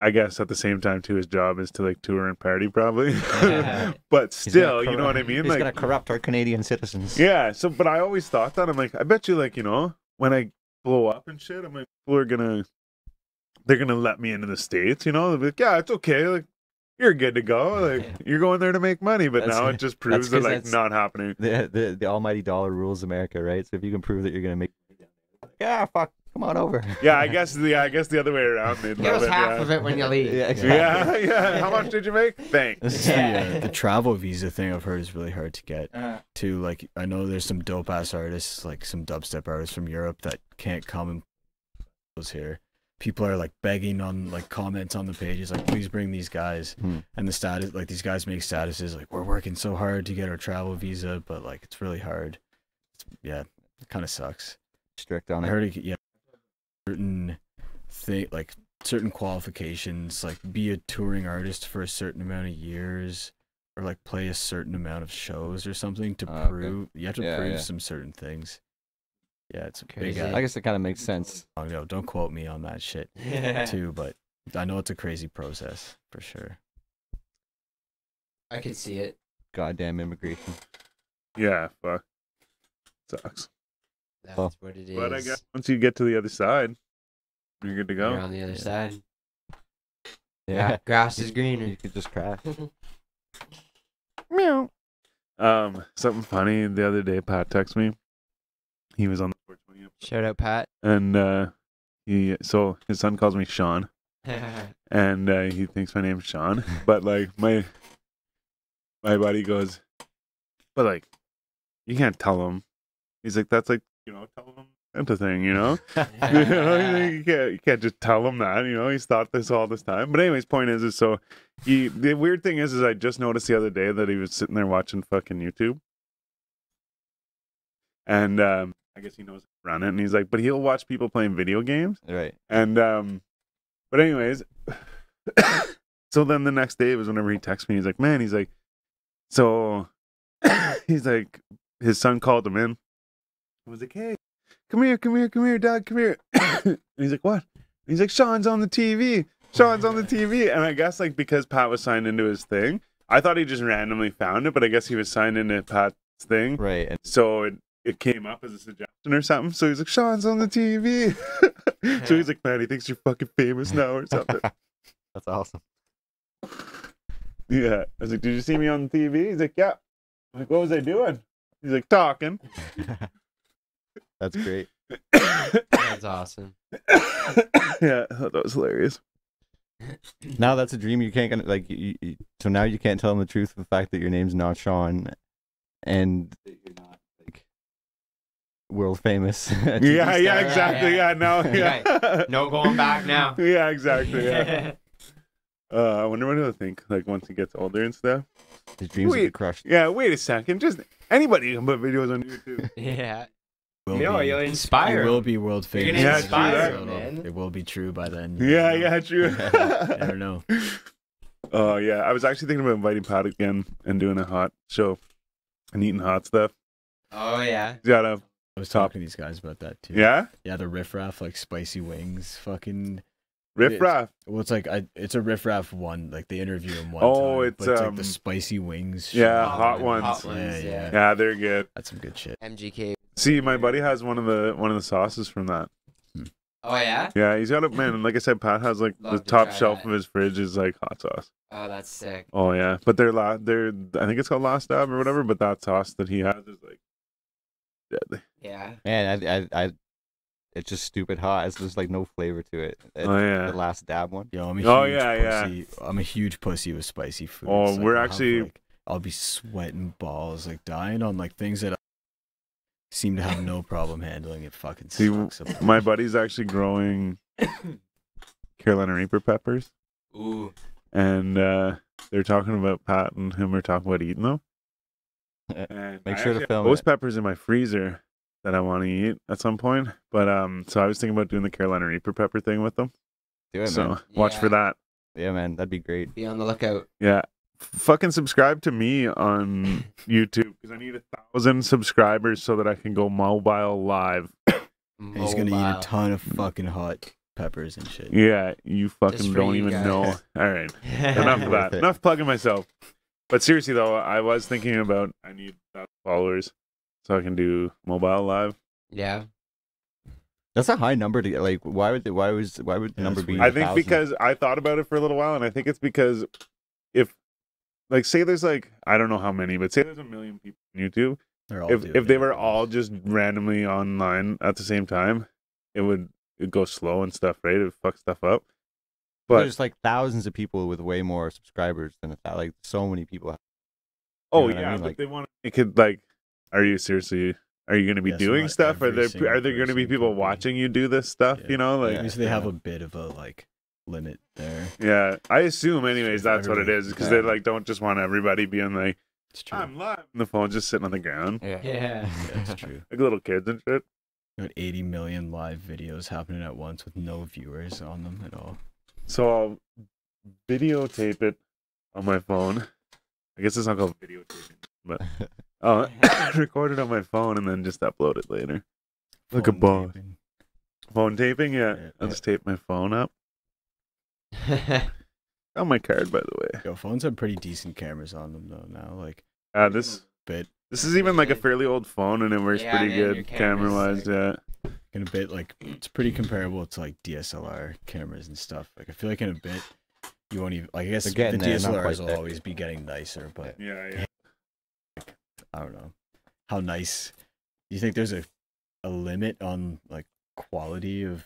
Speaker 1: I guess at the same time too, his job is to like tour and party probably, but
Speaker 4: He's gonna
Speaker 1: still, you know what I
Speaker 4: corrupt-
Speaker 1: mean?
Speaker 4: He's
Speaker 1: like,
Speaker 4: gonna corrupt our Canadian citizens.
Speaker 1: yeah. So, but I always thought that I'm like, I bet you, like, you know, when I blow up and shit, I'm like, people are gonna, they're gonna let me into the states. You know, they'll be like, yeah, it's okay. Like, you're good to go. Like, you're going there to make money. But
Speaker 4: That's-
Speaker 1: now it just proves that
Speaker 4: 'cause
Speaker 1: like
Speaker 4: that's-
Speaker 1: not happening.
Speaker 4: The, the the almighty dollar rules America, right? So if you can prove that you're gonna make, yeah, "Ah, fuck, come on over.
Speaker 1: Yeah, I guess the I guess the other way around. They'd
Speaker 2: Give
Speaker 1: love
Speaker 2: us
Speaker 1: it,
Speaker 2: half
Speaker 1: yeah.
Speaker 2: of it when you leave.
Speaker 4: yeah, exactly.
Speaker 1: Yeah, yeah. How much did you make? Thanks.
Speaker 3: This is the, uh, the travel visa thing I've heard is really hard to get. Too like I know there's some dope ass artists, like some dubstep artists from Europe that can't come and was here. People are like begging on like comments on the pages, like please bring these guys.
Speaker 4: Hmm.
Speaker 3: And the status, like these guys make statuses, like we're working so hard to get our travel visa, but like it's really hard. It's, yeah, it kind of sucks.
Speaker 4: Strict on
Speaker 3: I
Speaker 4: it.
Speaker 3: heard it, yeah. Certain thing, like certain qualifications, like be a touring artist for a certain amount of years, or like play a certain amount of shows or something to
Speaker 4: Ah, okay.
Speaker 3: prove. You have to
Speaker 4: Yeah,
Speaker 3: prove
Speaker 4: yeah.
Speaker 3: some certain things. Yeah, it's a big.
Speaker 2: Crazy.
Speaker 3: ass-
Speaker 4: I guess it kind of makes sense.
Speaker 3: oh, no, don't quote me on that shit
Speaker 2: Uh,
Speaker 3: too, but I know it's a crazy process for sure.
Speaker 2: I could see it.
Speaker 4: Goddamn immigration.
Speaker 1: Yeah, fuck. Sucks.
Speaker 2: That's
Speaker 3: Oh.
Speaker 4: Well,
Speaker 2: what it is.
Speaker 1: But I guess once you get to the other side, you're good to go.
Speaker 2: You're on the other side.
Speaker 4: Yeah,
Speaker 2: Grass is
Speaker 4: you
Speaker 2: greener.
Speaker 4: could just crash.
Speaker 1: Um, something funny the other day, Pat texted me. He was on the 420 episode.
Speaker 2: Shout out, Pat.
Speaker 1: and uh, he so his son calls me Sean, and uh, he thinks my name's Sean. But like my my buddy goes, but like you can't tell him. He's like that's like you know tell him Santa thing, you know. you, know, he's like, you can't you can't just tell him that. You know he's thought this all this time. But anyways, point is is so he the weird thing is is I just noticed the other day that he was sitting there watching fucking YouTube, and um, I guess he knows how to run it, and he's like, but he'll watch people playing video games.
Speaker 4: Right.
Speaker 1: And um but anyways so then the next day was whenever he texted me, he's like, Man, he's like so he's like his son called him in. He was like, Hey, come here, come here, come here, dad, come here. and he's like, What? And he's like, Sean's on the TV. Sean's on the TV. And I guess like because Pat was signed into his thing, I thought he just randomly found it, but I guess he was signed into Pat's thing.
Speaker 4: Right. And
Speaker 1: So it, it came up as a suggestion or something. So he's like, Sean's on the TV. so he's like, man, he thinks you're fucking famous now or something.
Speaker 4: that's awesome.
Speaker 1: yeah. I was like, did you see me on the TV? He's like, yeah. I'm like, what was I doing? He's like, talking.
Speaker 4: That's great.
Speaker 2: That's awesome.
Speaker 1: yeah, I thought that was hilarious.
Speaker 4: Now that's a dream you can't gonna like. You, you, so now you can't tell them the truth of the fact that your name's not Sean, and that you're not like world famous. TV
Speaker 1: yeah, yeah,
Speaker 4: star.
Speaker 1: exactly. Yeah,
Speaker 2: yeah.
Speaker 1: no, yeah.
Speaker 2: No going back now.
Speaker 1: yeah, exactly. Yeah. Uh, I wonder what he'll think like once he gets older and stuff.
Speaker 4: His dreams will be
Speaker 1: Wait.
Speaker 4: crushed.
Speaker 1: Yeah, wait a second. Just anybody can put videos on YouTube.
Speaker 2: Yeah.
Speaker 3: Will
Speaker 2: No,
Speaker 3: be-
Speaker 2: you'll
Speaker 3: I
Speaker 2: inspire.
Speaker 3: will be world
Speaker 2: You're gonna
Speaker 3: famous.
Speaker 1: Yeah,
Speaker 2: inspire
Speaker 3: so
Speaker 2: him, man.
Speaker 3: It will be true by then. you
Speaker 1: yeah,
Speaker 3: know?
Speaker 1: yeah,
Speaker 3: I
Speaker 1: true.
Speaker 3: don't know.
Speaker 1: Oh yeah, I was actually thinking about inviting Pat again and doing a hot show and eating hot stuff.
Speaker 2: Oh yeah.
Speaker 1: You gotta,
Speaker 3: I was
Speaker 1: Top.
Speaker 3: talking to these guys about that too.
Speaker 1: yeah,
Speaker 3: Yeah, the riffraff like spicy wings, fucking.
Speaker 1: riff
Speaker 3: Yes.
Speaker 1: raff.
Speaker 3: Well, it's like I, it's a riffraff one. Like they interview him one
Speaker 1: Oh,
Speaker 3: time,
Speaker 1: it's,
Speaker 3: but it's like
Speaker 1: um,
Speaker 3: the spicy wings.
Speaker 1: yeah,
Speaker 3: shit.
Speaker 1: hot ones.
Speaker 2: Hot
Speaker 3: Yeah,
Speaker 2: ones.
Speaker 3: yeah.
Speaker 2: Yeah.
Speaker 1: Yeah, they're good.
Speaker 3: That's some good shit.
Speaker 2: MGK.
Speaker 1: See, my buddy has one of the one of the sauces from that.
Speaker 2: Oh yeah.
Speaker 1: Yeah, he's got a man. Like I said, Pat has like
Speaker 2: Love
Speaker 1: the
Speaker 2: to
Speaker 1: top
Speaker 2: try
Speaker 1: shelf
Speaker 2: that.
Speaker 1: of his fridge is like hot sauce.
Speaker 2: Oh, that's sick.
Speaker 1: Oh yeah, but they're la- they're I think it's called Last Dab or whatever. But that sauce that he has is like deadly.
Speaker 2: Yeah.
Speaker 4: Man, I, I, I, it's just stupid hot. It's just like no flavor to it. It's
Speaker 1: Oh yeah,
Speaker 4: The last dab one.
Speaker 3: Yo, I'm a huge
Speaker 1: Oh, yeah, yeah.
Speaker 3: pussy. I'm a huge pussy with spicy food.
Speaker 1: Oh,
Speaker 3: It's like,
Speaker 1: we're
Speaker 3: I'll have,
Speaker 1: actually-
Speaker 3: like- I'll be sweating balls, like dying on like things that I seem to have no problem handling. It fucking
Speaker 1: See,
Speaker 3: sucks. up.
Speaker 1: my buddy's actually growing Carolina Reaper peppers,
Speaker 2: Ooh.
Speaker 1: and uh, they're talking about Pat and him are talking about eating them. And
Speaker 4: Uh, Make
Speaker 1: I
Speaker 4: sure
Speaker 1: actually
Speaker 4: to
Speaker 1: have
Speaker 4: film
Speaker 1: Ghost
Speaker 4: it.
Speaker 1: peppers in my freezer that I want to eat at some point. But um, so I was thinking about doing the Carolina Reaper pepper thing with them.
Speaker 4: Do it,
Speaker 1: so
Speaker 4: man.
Speaker 1: watch for
Speaker 2: Yeah.
Speaker 1: that.
Speaker 4: Yeah, man, that'd be great.
Speaker 2: Be on the lookout.
Speaker 1: Yeah. F- Fucking subscribe to me on YouTube because I need a thousand subscribers so that I can go mobile live.
Speaker 3: And he's gonna eat a ton of fucking hot peppers and shit.
Speaker 1: Yeah, you fucking
Speaker 2: for
Speaker 1: don't
Speaker 2: you
Speaker 1: even
Speaker 2: guys.
Speaker 1: know. All right.
Speaker 2: ton.
Speaker 1: enough of
Speaker 4: Worth
Speaker 1: that.
Speaker 4: it.
Speaker 1: Enough plugging myself. But seriously though, I was thinking about I need that followers so I can do mobile live.
Speaker 2: yeah.
Speaker 4: That's a high number to get. Like, why would the, why was why would the
Speaker 3: Yeah,
Speaker 4: number
Speaker 3: that's
Speaker 4: be?
Speaker 3: weird.
Speaker 1: I think
Speaker 4: 1,000?
Speaker 1: because I thought about it for a little while, and I think it's because if like say there's like I don't know how many, but say there's a million people on YouTube.
Speaker 3: They're all
Speaker 1: if
Speaker 3: doing
Speaker 1: if they
Speaker 3: it.
Speaker 1: were all just randomly online at the same time, it would it'd go slow and stuff, right? It would fuck stuff up. But
Speaker 4: there's like thousands of people with way more subscribers than a thousand. Like, so many people. have-
Speaker 1: Oh
Speaker 4: You know what I
Speaker 1: yeah,
Speaker 4: mean?
Speaker 1: but
Speaker 4: Like-
Speaker 1: they want it could like. Are you seriously? Are you going to be
Speaker 3: Yeah, so
Speaker 1: doing
Speaker 3: not
Speaker 1: stuff? Are
Speaker 3: every
Speaker 1: there
Speaker 3: single
Speaker 1: are there going to be
Speaker 3: person
Speaker 1: people
Speaker 3: could be-
Speaker 1: watching you do this stuff?
Speaker 3: Yeah.
Speaker 1: You know, like
Speaker 4: Yeah.
Speaker 3: At least they have a bit of a like limit there.
Speaker 1: yeah. I assume, anyways, that's what it
Speaker 3: Everybody.
Speaker 1: is because they
Speaker 4: Yeah.
Speaker 1: like don't just want everybody being like
Speaker 3: It's true.
Speaker 1: I'm live and the phone's just sitting on the ground
Speaker 2: Yeah.
Speaker 3: yeah, it's true.
Speaker 1: like little kids and shit.
Speaker 3: Got 80 million live videos happening at once with no viewers on them at all.
Speaker 1: So I'll videotape it on my phone. I guess it's not called videotaping, but uh, record it on my phone and then just upload it later. Like a
Speaker 3: Phone
Speaker 1: boss.
Speaker 3: taping.
Speaker 1: Phone taping, yeah.
Speaker 3: Yeah,
Speaker 1: I'll
Speaker 3: yeah.
Speaker 1: just tape my phone up. On my card, by the way.
Speaker 3: Yo, phones have pretty decent cameras on them though now. Like,
Speaker 1: Uh, this
Speaker 3: bit
Speaker 1: this is even like a fairly old phone, and it works
Speaker 2: Yeah,
Speaker 1: pretty
Speaker 2: man, your
Speaker 1: good camera wise.
Speaker 2: camera's sick.
Speaker 1: Yeah,
Speaker 3: in a bit, like it's pretty comparable to like DSLR cameras and stuff. Like, I feel like in a bit, you won't even like. I guess the
Speaker 4: They're getting there, not
Speaker 3: DSLRs will
Speaker 4: quite there.
Speaker 3: always be getting nicer, but
Speaker 1: yeah,
Speaker 3: yeah. I don't know how nice. Do you think there's a a limit on like quality of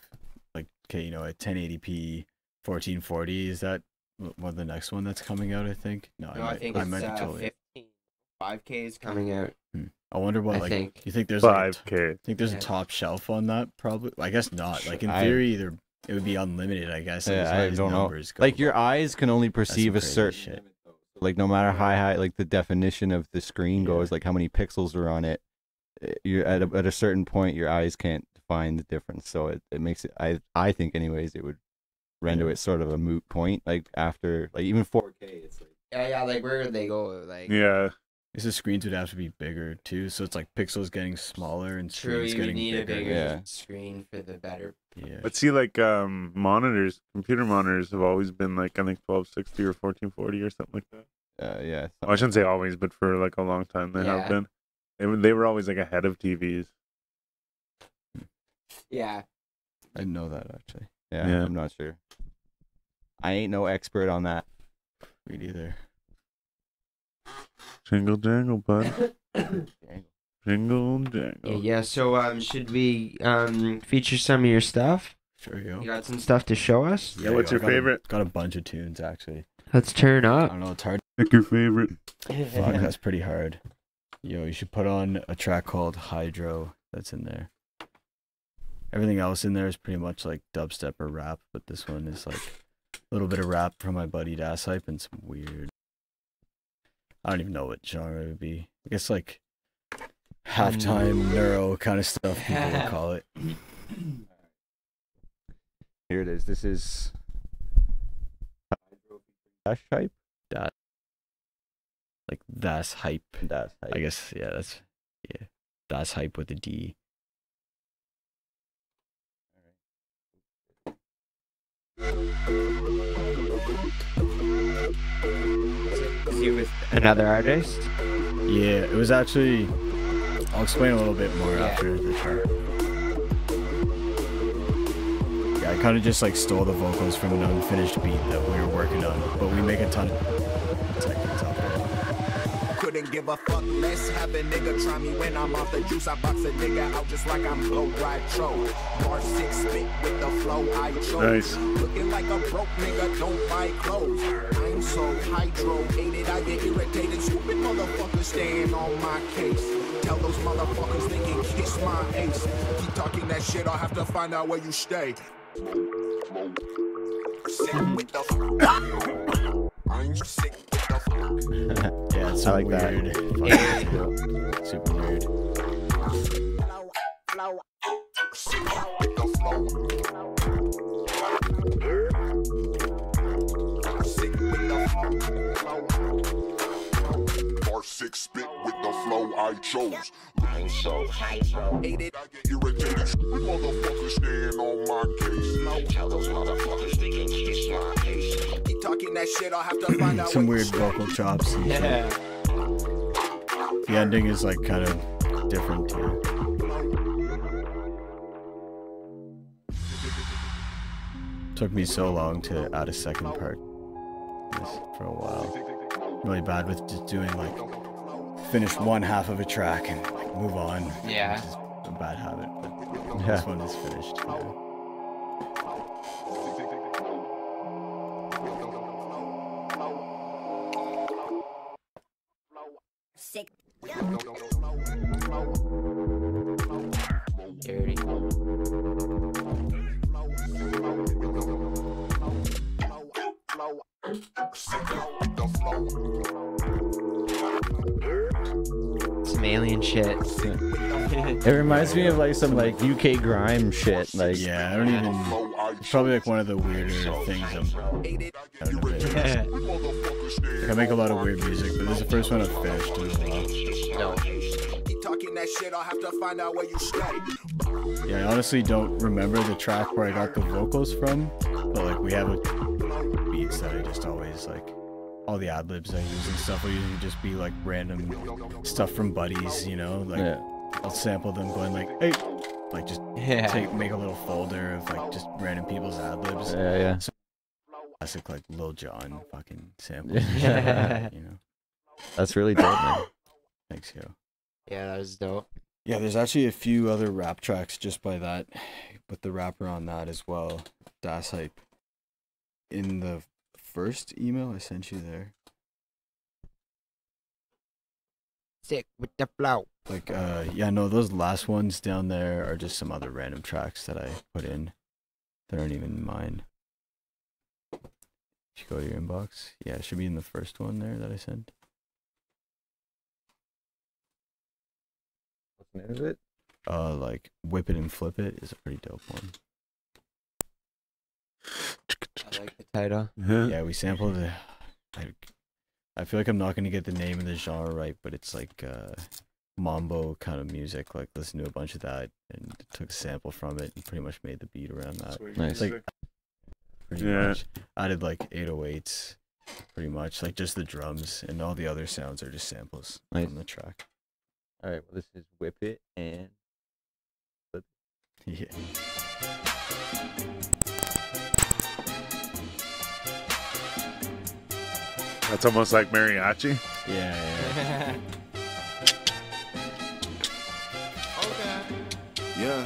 Speaker 3: like okay, you know, a 1080p 1440 is that wh- what the next one that's coming out? I think no,
Speaker 2: no, I think it's
Speaker 3: be
Speaker 2: uh,
Speaker 3: totally-
Speaker 2: 15. 5K is coming out.
Speaker 3: I wonder what
Speaker 2: I
Speaker 3: like
Speaker 2: think.
Speaker 3: you think there's like, a
Speaker 1: Five K.
Speaker 3: I think there's a
Speaker 2: Yeah.
Speaker 3: top shelf on that, probably. I guess not. Like in
Speaker 4: I-
Speaker 3: theory, there it would be unlimited. I guess.
Speaker 4: Yeah,
Speaker 3: as
Speaker 4: I
Speaker 3: high as
Speaker 4: don't know.
Speaker 3: numbers go,
Speaker 4: Like your
Speaker 3: but
Speaker 4: eyes can only
Speaker 3: that's some
Speaker 4: perceive a
Speaker 3: crazy
Speaker 4: certain.
Speaker 3: shit.
Speaker 4: Like no matter how high, like the definition of the screen
Speaker 3: Yeah.
Speaker 4: goes, like how many pixels are on it, eh, you're at a, at a certain point, your eyes can't find the difference. So it, it makes it. I I think anyways, it would render
Speaker 3: Yeah.
Speaker 4: it sort of a moot point. Like after, like even 4K, it's like
Speaker 2: Yeah, yeah, like where would they go? Like
Speaker 1: Yeah,
Speaker 3: It's the screens would have to be bigger too. So it's like pixels getting smaller and
Speaker 2: true,
Speaker 3: screens
Speaker 2: you would
Speaker 3: getting
Speaker 2: need a bigger
Speaker 3: bigger.
Speaker 4: yeah.
Speaker 2: screen for the better.
Speaker 3: Yeah.
Speaker 1: but see, like um, monitors, computer monitors have always been like I think twelve sixty or fourteen forty or something like that.
Speaker 4: uh, yeah. it's
Speaker 1: Well, I shouldn't say always, but for like a long time they have
Speaker 2: Yeah.
Speaker 1: been. They were, they were always like ahead of TVs.
Speaker 2: Yeah.
Speaker 3: I didn't know that actually.
Speaker 4: Yeah,
Speaker 1: Yeah.
Speaker 4: I'm not sure. I ain't no expert on that.
Speaker 3: Me neither.
Speaker 1: Jingle jangle, bud. Jingle
Speaker 2: Yeah,
Speaker 3: Oh.
Speaker 1: jangle.
Speaker 2: yeah. So um, should we um feature some of your stuff?
Speaker 3: Sure, yo.
Speaker 2: You got some stuff to show us?
Speaker 1: Yeah, what's
Speaker 3: yo,
Speaker 1: your
Speaker 3: I got a-
Speaker 1: favorite?
Speaker 3: got a bunch of tunes actually.
Speaker 2: Let's turn
Speaker 3: I
Speaker 2: up.
Speaker 3: don't know. It's hard.
Speaker 1: Pick your favorite.
Speaker 3: Fuck, that's pretty hard. Yo, you should put on a track called Hydro that's in there. Everything else in there is pretty much like dubstep or rap, but this one is like little bit of rap from my buddy Das Hype and some weird. I don't even know what genre it would be. I guess like halftime neuro kind of stuff people would call it.
Speaker 4: Here it is. This is Dash hype.
Speaker 3: Like Das Hype.
Speaker 4: Dash hype.
Speaker 3: I guess yeah, that's yeah. Das Hype with a D.
Speaker 2: Is he with another artist?
Speaker 3: Yeah, it was actually. I'll explain a little bit more
Speaker 2: Yeah.
Speaker 3: after the chart. Yeah, I kind of just like stole the vocals from an unfinished beat that we were working on, but we make a ton of techniques out there.
Speaker 5: Couldn't give a fuck less. Have a nigga try me when I'm off the juice. I box a nigga out just like I'm blow dry troll. Bar six spit with the flow I chose.
Speaker 1: Nice.
Speaker 5: Looking like a broke nigga, don't buy clothes. I'm so hydro hated, I get irritated. Stupid motherfuckers staying on my case. Tell those motherfuckers they can kiss my ace. Keep talking that shit, I'll have to find out where you stay. Sick with the I'm sick with the
Speaker 3: Yeah, it's
Speaker 4: I
Speaker 3: some
Speaker 4: like that.
Speaker 3: weird. fucking- Super weird.
Speaker 5: Bar six spit with the flow I chose. I'm so hydro. Hated, I get irritated. Stupid motherfuckers staying on my case. No, tell those motherfuckers they can kiss my ass. Keep talking that shit, I'll have to find out
Speaker 3: Some
Speaker 5: what you
Speaker 3: weird vocal chops. And shit. The ending is like kind of different. Too. Took me so long to add a second part to this for a while. Really bad with just doing like finish one half of a track and like move on.
Speaker 2: Yeah.
Speaker 3: Which is a bad habit, but
Speaker 4: Yeah.
Speaker 3: this one is finished. yeah.
Speaker 6: sick
Speaker 2: Dirty. Some alien shit.
Speaker 4: It reminds me of like some like UK grime shit. Like
Speaker 3: Yeah, I don't even. It's probably like one of the weirder things I'm. I don't know, maybe. Like, I make a lot of weird music, but this is the first one I've finished in a while.
Speaker 2: no.
Speaker 5: Keep talking that shit, I'll have to find out where you stay.
Speaker 3: Yeah, I honestly don't remember the track where I got the vocals from, but like we have a beats that I just always like. All the ad libs I use and stuff will usually just be like random stuff from buddies, you know. Like
Speaker 4: Yeah.
Speaker 3: I'll sample them going like, hey, like just
Speaker 2: Yeah.
Speaker 3: take make a little folder of like just random people's ad libs.
Speaker 4: yeah, yeah.
Speaker 3: Classic like Lil Jon fucking sample.
Speaker 4: Yeah.
Speaker 3: you know,
Speaker 4: That's really dope, man.
Speaker 3: thanks yo.
Speaker 2: Yeah, that was dope.
Speaker 3: Yeah, there's actually a few other rap tracks just by that, with the rapper on that as well, Das Hype. In the first email I sent you there,
Speaker 2: Sick with the flow.
Speaker 3: like, uh, yeah, no, those last ones down there are just some other random tracks that I put in that aren't even mine. If you go to your inbox, yeah, it should be in the first one there that I sent.
Speaker 4: Is it?
Speaker 3: Uh, like Whip It and Flip It is a pretty dope one.
Speaker 2: I like the title.
Speaker 1: Yeah.
Speaker 3: Yeah, we sampled. uh, I, I feel like I'm not gonna get the name of the genre right, but it's like uh, mambo kind of music. Like listen to a bunch of that and took a sample from it and pretty much made the beat around that.
Speaker 4: Nice.
Speaker 3: Like, Pretty
Speaker 1: Yeah.
Speaker 3: much added like 808s, pretty much like just the drums and all the other sounds are just samples
Speaker 4: Nice.
Speaker 3: from the track.
Speaker 4: All right. Well, this is Whip It and
Speaker 3: Yeah.
Speaker 1: That's almost like mariachi.
Speaker 3: Yeah. yeah, yeah.
Speaker 7: Yeah.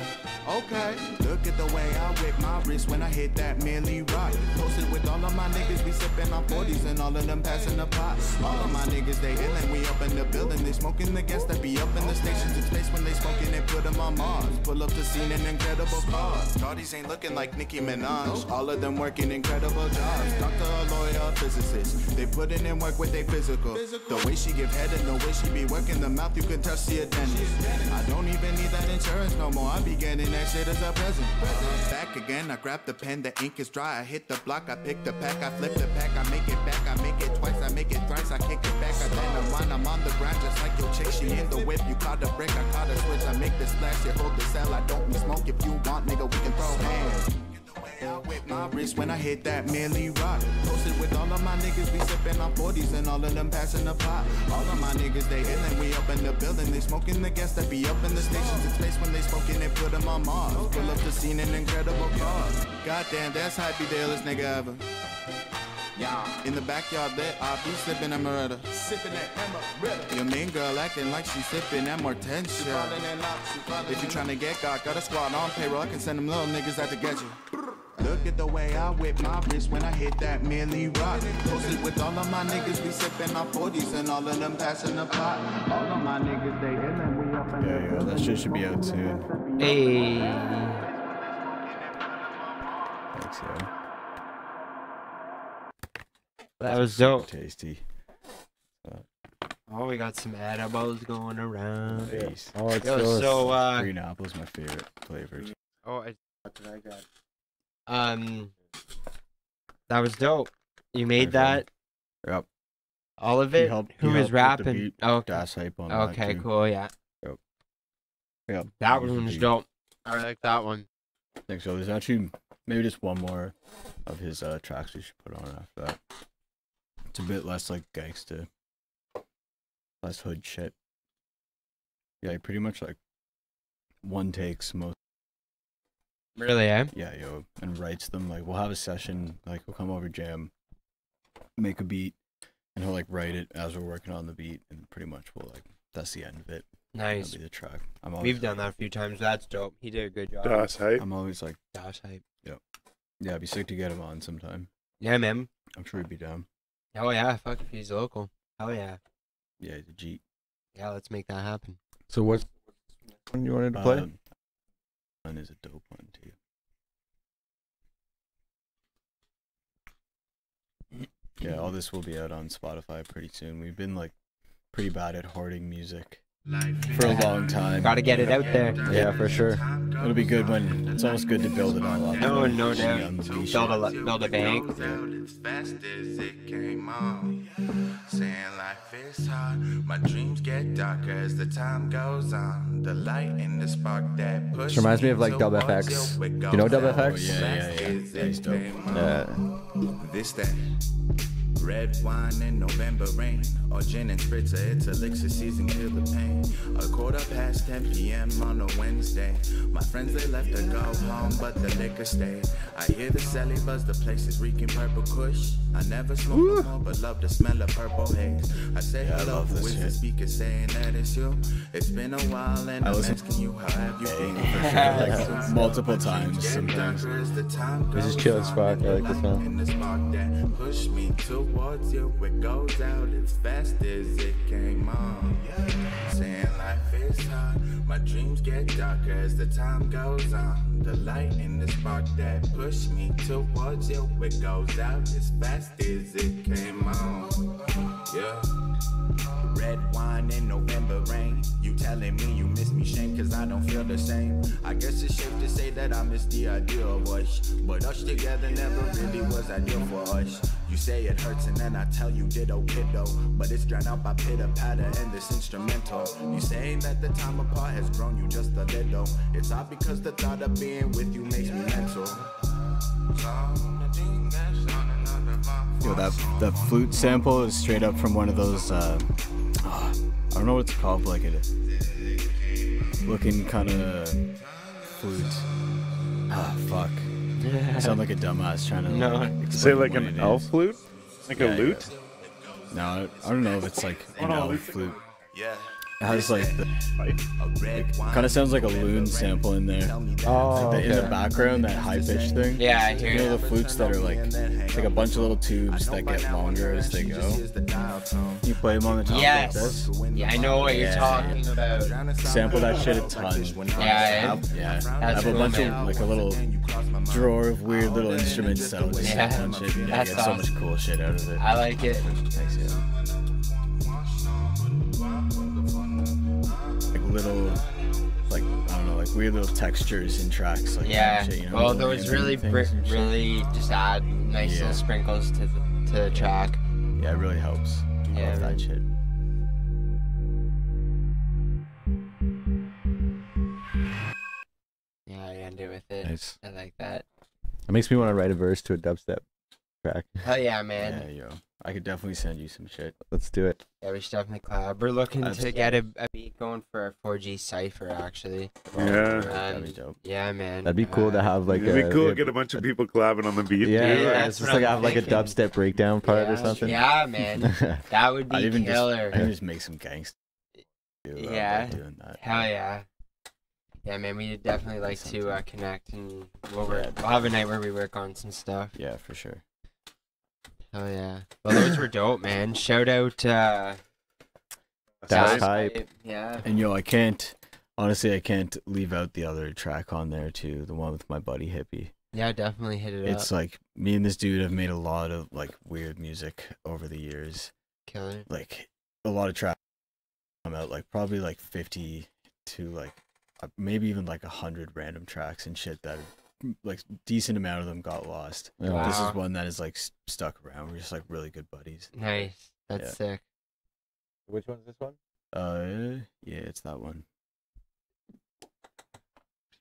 Speaker 7: Okay. Look
Speaker 5: Look at the way I whip my wrist when I hit that milli rock. Posted with all of my niggas, we sipping our 40s and all of them passing the pots. All of my niggas, they illin', we up in the building. They smoking the gas that be up in the stations. It's space when they smoking, they put them on Mars. Pull up the scene in incredible cars. Cardi's ain't looking like Nicki Minaj. All of them working incredible jobs. Doctor, a lawyer, a physicist. They putting in work with their physical. The way she give head and the way she be working the mouth, you can tell she a dentist. I don't even need that insurance no more. I be getting that shit as a present. Uh, back again, I grab the pen, the ink is dry. I hit the block, I pick the pack, I flip the pack, I make it back, I make it twice, I make it thrice, I kick it back, I then unwind, I'm on the grind just like your chick. She in the whip, you caught a break, I caught a switch, I make the splash, you hold the cell, I don't we smoke if you want, nigga, we can throw hands. I whip my wrist when I hit that milli rock. Posted with all of my niggas, we sippin' on 40s and all of them passing the pot. All of my niggas, they illin', we up in the building. They smoking the gas that be up in the stations. It's space when they smoking, they put them on Mars. Pull up the scene in incredible cars. Goddamn, that's hypey dealest nigga ever. Yeah. In the backyard there, I be sippin' Amaretta. Sippin' that Amaretta. Your mean girl acting like she sippin' that Martensia. If you tryna get got, got a squad on payroll, I can send them little niggas out to get you. Look at the way I whip my wrist when I hit that milli rock. Posted with all of my niggas, we sippin' our 40s and all of them passing the pot. All of my niggas, they illin', we up in the
Speaker 3: There you go. That shit should be out soon.
Speaker 2: Hey.
Speaker 3: Thanks, yo.
Speaker 2: That was dope.
Speaker 3: Tasty.
Speaker 2: Oh, we got some edibles going around.
Speaker 3: Nice.
Speaker 4: Oh, it's
Speaker 2: Yo,
Speaker 4: so.
Speaker 2: so uh,
Speaker 3: Green apple's my favorite flavor.
Speaker 2: oh, I, that's what I got. Um, that was dope. You made
Speaker 3: friend.
Speaker 2: that.
Speaker 3: Yep.
Speaker 2: All of
Speaker 3: He
Speaker 2: it.
Speaker 3: helped-
Speaker 2: Who
Speaker 3: he
Speaker 2: was
Speaker 3: helped with the
Speaker 2: rapping? Oh,
Speaker 3: beat.
Speaker 2: Okay.
Speaker 3: Das hype on that,
Speaker 2: Okay.
Speaker 3: too.
Speaker 2: Cool. Yeah.
Speaker 3: Yep. Yep,
Speaker 2: That
Speaker 3: he's the
Speaker 2: one's
Speaker 3: beat.
Speaker 2: dope. I like that one.
Speaker 3: Thanks, yo. There's actually maybe just one more of his uh, tracks we should put on after that. It's a bit less like gangsta, less hood shit. Yeah, he pretty much like one takes most.
Speaker 2: Really, eh?
Speaker 3: Yeah, yo, and writes them like we'll have a session. Like we'll come over jam, make a beat, and he'll like write it as we're working on the beat, and pretty much we'll like that's the end of it.
Speaker 2: Nice.
Speaker 3: That'll be the track. I'm always
Speaker 2: We've done that a few times. That's dope. He did a good job.
Speaker 1: Das hype.
Speaker 3: I'm always like,
Speaker 2: Dash hype.
Speaker 3: yeah, it'd be sick to get him on sometime.
Speaker 2: Yeah, man.
Speaker 3: I'm sure he'd be down.
Speaker 2: Oh yeah. Fuck if he's local. Oh yeah.
Speaker 3: Yeah, he's a G.
Speaker 2: Yeah. Let's make that happen.
Speaker 4: So what's one you wanted to play?
Speaker 3: Um, one is a dope one too. Yeah, all this will be out on Spotify pretty soon. We've been like pretty bad at hoarding music for a long time.
Speaker 2: Gotta get it out there.
Speaker 4: yeah, for sure.
Speaker 3: It'll be good when it's almost good to build it all up.
Speaker 2: No,
Speaker 3: and
Speaker 2: no
Speaker 3: then
Speaker 2: doubt.
Speaker 3: unleash
Speaker 2: Build
Speaker 3: it.
Speaker 2: a lo- build a bank.
Speaker 5: as fast as it came on. Saying life is hard, my dreams get darker as the time goes on. The light and the spark that pushes.
Speaker 4: This reminds me of like Dub FX. Do you know Dub
Speaker 3: Oh,
Speaker 4: FX?
Speaker 3: yeah, yeah, yeah. yeah he's dope.
Speaker 4: Yeah.
Speaker 5: This that red wine and November rain, or gin and spritzer. It's elixir season, kill the pain. A quarter past 10 p.m. on a Wednesday. My friends they left to go home, but the liquor stayed. I hear the celly buzz, the place is reeking purple kush. I never smoke no more, but love the smell of purple haze. I say
Speaker 3: I
Speaker 5: hello,
Speaker 3: love
Speaker 5: who
Speaker 3: this
Speaker 5: is the
Speaker 3: shit.
Speaker 5: speaker saying that it's you? It's been a while, and
Speaker 3: I
Speaker 5: I'm
Speaker 3: listen-
Speaker 5: asking you how have you been?
Speaker 3: Like multiple times sometimes.
Speaker 5: This
Speaker 4: is chill as fuck. I like this one.
Speaker 5: in the spark that pushed me towards you. It goes out as fast as it came on. Saying life is hard, my dreams get darker as the time goes on. The light in the spark that pushed me towards you. It goes out as fast as it came on. Yeah. Red wine in November rain. You telling me you miss me, shame, cause I don't feel the same. I guess it's safe to say that I miss the idea of us. But us together never really was ideal for us. You say it hurts, and then I tell you ditto kiddo. But it's drowned out by pitter patter and this instrumental. You saying that the time apart has grown you just a little. It's all because the thought of being with you makes me mental.
Speaker 3: Yo, that that flute sample is straight up from one of those. Uh, ah, I don't know what it's called, but like it looking kind of flute. Ah, fuck. I sound like a dumbass trying to.
Speaker 2: No.
Speaker 3: Like,
Speaker 1: Say
Speaker 3: explain
Speaker 1: like
Speaker 3: what
Speaker 1: an
Speaker 3: it
Speaker 1: elf
Speaker 3: is.
Speaker 1: flute, like
Speaker 3: Yeah,
Speaker 1: a lute.
Speaker 3: No, I I don't know if it's like an elf flute.
Speaker 5: Yeah.
Speaker 3: has like the, kind of sounds like a loon sample in there.
Speaker 4: Oh,
Speaker 3: The- In the background, that high pitch thing.
Speaker 2: Yeah, I hear
Speaker 3: You know
Speaker 2: it.
Speaker 3: the flutes that are like it's like a bunch of little tubes that get longer as they go. You play them on the top
Speaker 2: Yes.
Speaker 3: like this.
Speaker 2: Yeah, I know what you're
Speaker 3: Yeah.
Speaker 2: talking about.
Speaker 3: Sample that shit a ton.
Speaker 2: Yeah,
Speaker 3: Have- yeah.
Speaker 2: that's
Speaker 3: have a
Speaker 2: cool,
Speaker 3: bunch
Speaker 2: man.
Speaker 3: of like a little drawer of weird little instruments that will just
Speaker 2: Yeah.
Speaker 3: sound on shit. and You
Speaker 2: That's
Speaker 3: get so much cool shit out of it.
Speaker 2: I like it.
Speaker 3: Thanks, yeah. Like little, like I don't know, like weird little textures in tracks. Like
Speaker 2: Yeah.
Speaker 3: shit, you know,
Speaker 2: well,
Speaker 3: little
Speaker 2: those
Speaker 3: ambient
Speaker 2: really,
Speaker 3: things
Speaker 2: br-
Speaker 3: and shit.
Speaker 2: really just add nice
Speaker 3: Yeah.
Speaker 2: little sprinkles to the, to the track.
Speaker 3: Yeah, it really helps. I
Speaker 2: Yeah.
Speaker 3: love that shit.
Speaker 2: Yeah, I end it with it.
Speaker 3: Nice.
Speaker 2: I like that.
Speaker 4: It makes me want to write a verse to a dubstep track.
Speaker 2: Hell yeah,
Speaker 3: Yeah,
Speaker 2: man.
Speaker 3: yo. I could definitely send you some shit.
Speaker 4: Let's do it.
Speaker 2: Yeah, we should definitely collab. We're looking to
Speaker 3: Absolutely.
Speaker 2: get a, a beat going for our 4G cipher, actually.
Speaker 1: Yeah.
Speaker 3: That'd be
Speaker 2: Um,
Speaker 3: dope.
Speaker 2: yeah, man.
Speaker 4: That'd be cool to
Speaker 2: Uh,
Speaker 4: have like
Speaker 1: It'd
Speaker 4: a,
Speaker 1: be cool
Speaker 4: yeah,
Speaker 1: to get a bunch of people clapping on the beat.
Speaker 4: yeah,
Speaker 1: too.
Speaker 4: yeah,
Speaker 2: that's
Speaker 4: it's
Speaker 2: what
Speaker 4: just
Speaker 2: I'm
Speaker 4: like have like a
Speaker 2: thinking.
Speaker 4: dubstep breakdown part or
Speaker 2: yeah.
Speaker 4: something.
Speaker 2: Yeah, man. That would be
Speaker 3: I'd even just,
Speaker 2: killer.
Speaker 3: I can just make some gangster. Dude, I would love
Speaker 2: Yeah.
Speaker 3: Doing that.
Speaker 2: Hell yeah. Yeah, man, we'd definitely like to uh, connect and we'll, work,
Speaker 3: Yeah.
Speaker 2: we'll have a night where we work on some stuff.
Speaker 3: Yeah, for sure.
Speaker 2: Hell yeah. Well, those were dope, man. Shout out. Uh,
Speaker 4: That's
Speaker 2: Sound
Speaker 4: hype.
Speaker 2: Hype. Yeah.
Speaker 3: And yo, I can't. Honestly, I can't leave out the other track on there too. The one with my buddy Hippie.
Speaker 2: Yeah, definitely hit it
Speaker 3: It's
Speaker 2: up.
Speaker 3: like me and this dude have made a lot of like weird music over the years.
Speaker 2: Killer.
Speaker 3: Like a lot of tracks come out like probably like 50 to like uh, maybe even like 100 random tracks and shit that are, like decent amount of them got lost.
Speaker 4: Yeah.
Speaker 3: This
Speaker 2: Wow.
Speaker 3: is one that is like s- stuck around. We're just like really good buddies.
Speaker 2: Nice. That's
Speaker 3: Yeah.
Speaker 2: sick.
Speaker 4: Which one's this one?
Speaker 3: Uh yeah, it's that one.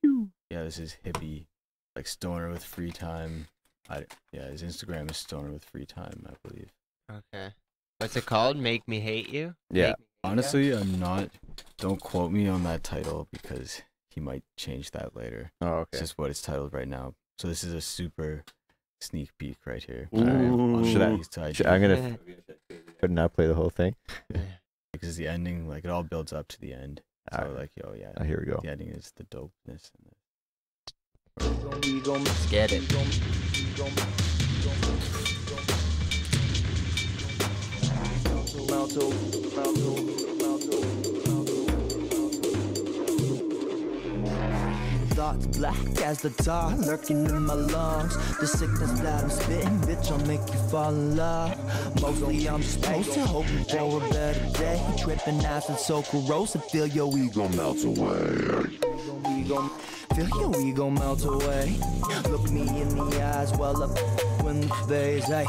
Speaker 3: Yeah, this is hippie like stoner with free time. I yeah, his Instagram is stoner with free time, I believe.
Speaker 2: Okay. What's it called? Make me hate you?
Speaker 4: Yeah.
Speaker 2: Make Me Hate Ya?
Speaker 3: Honestly, I'm not. Don't quote me on that title because he might change that later.
Speaker 4: Oh,
Speaker 3: It's
Speaker 4: okay.
Speaker 3: just what it's titled right now. So this is a super sneak peek right here.
Speaker 1: Ooh.
Speaker 4: Should I- Sh- I'm gonna could not play the whole thing.
Speaker 3: Because the ending, like it all builds up to the end. So
Speaker 4: Alright.
Speaker 3: like, yo, yeah,
Speaker 4: Oh, here we go.
Speaker 3: the ending is the dopeness. And the,
Speaker 2: Let's get it.
Speaker 6: Thoughts black as the tar lurking in my lungs. The sickness that I'm spitting, bitch, I'll make you fall in love. Mostly I'm just supposed to hope you grow a better day. Tripping acid so corrosive, feel your ego melt away. Ego- Feel your ego melt away. Look me in the eyes while up in the face. Hey,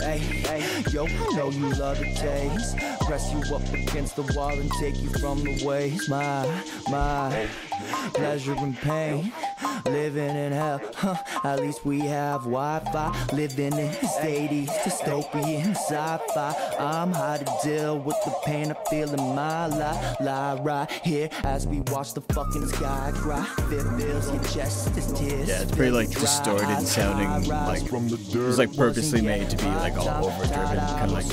Speaker 6: hey, hey. Yo, I know you love the taste. Press you up against the wall and take you from the waist. My, my pleasure and pain. Living in hell, huh? At least we have Wi-Fi. Living in this 80s dystopian sci-fi. I'm how to deal with the pain I feel in my life. Lie right here as we watch the fucking sky cry. It fills your chest, it's tears.
Speaker 3: Yeah, it's pretty, like,
Speaker 6: dry
Speaker 3: distorted
Speaker 6: eyes,
Speaker 3: sounding,
Speaker 6: high rise.
Speaker 3: like, it was like purposely made to be like all overdriven, kind of like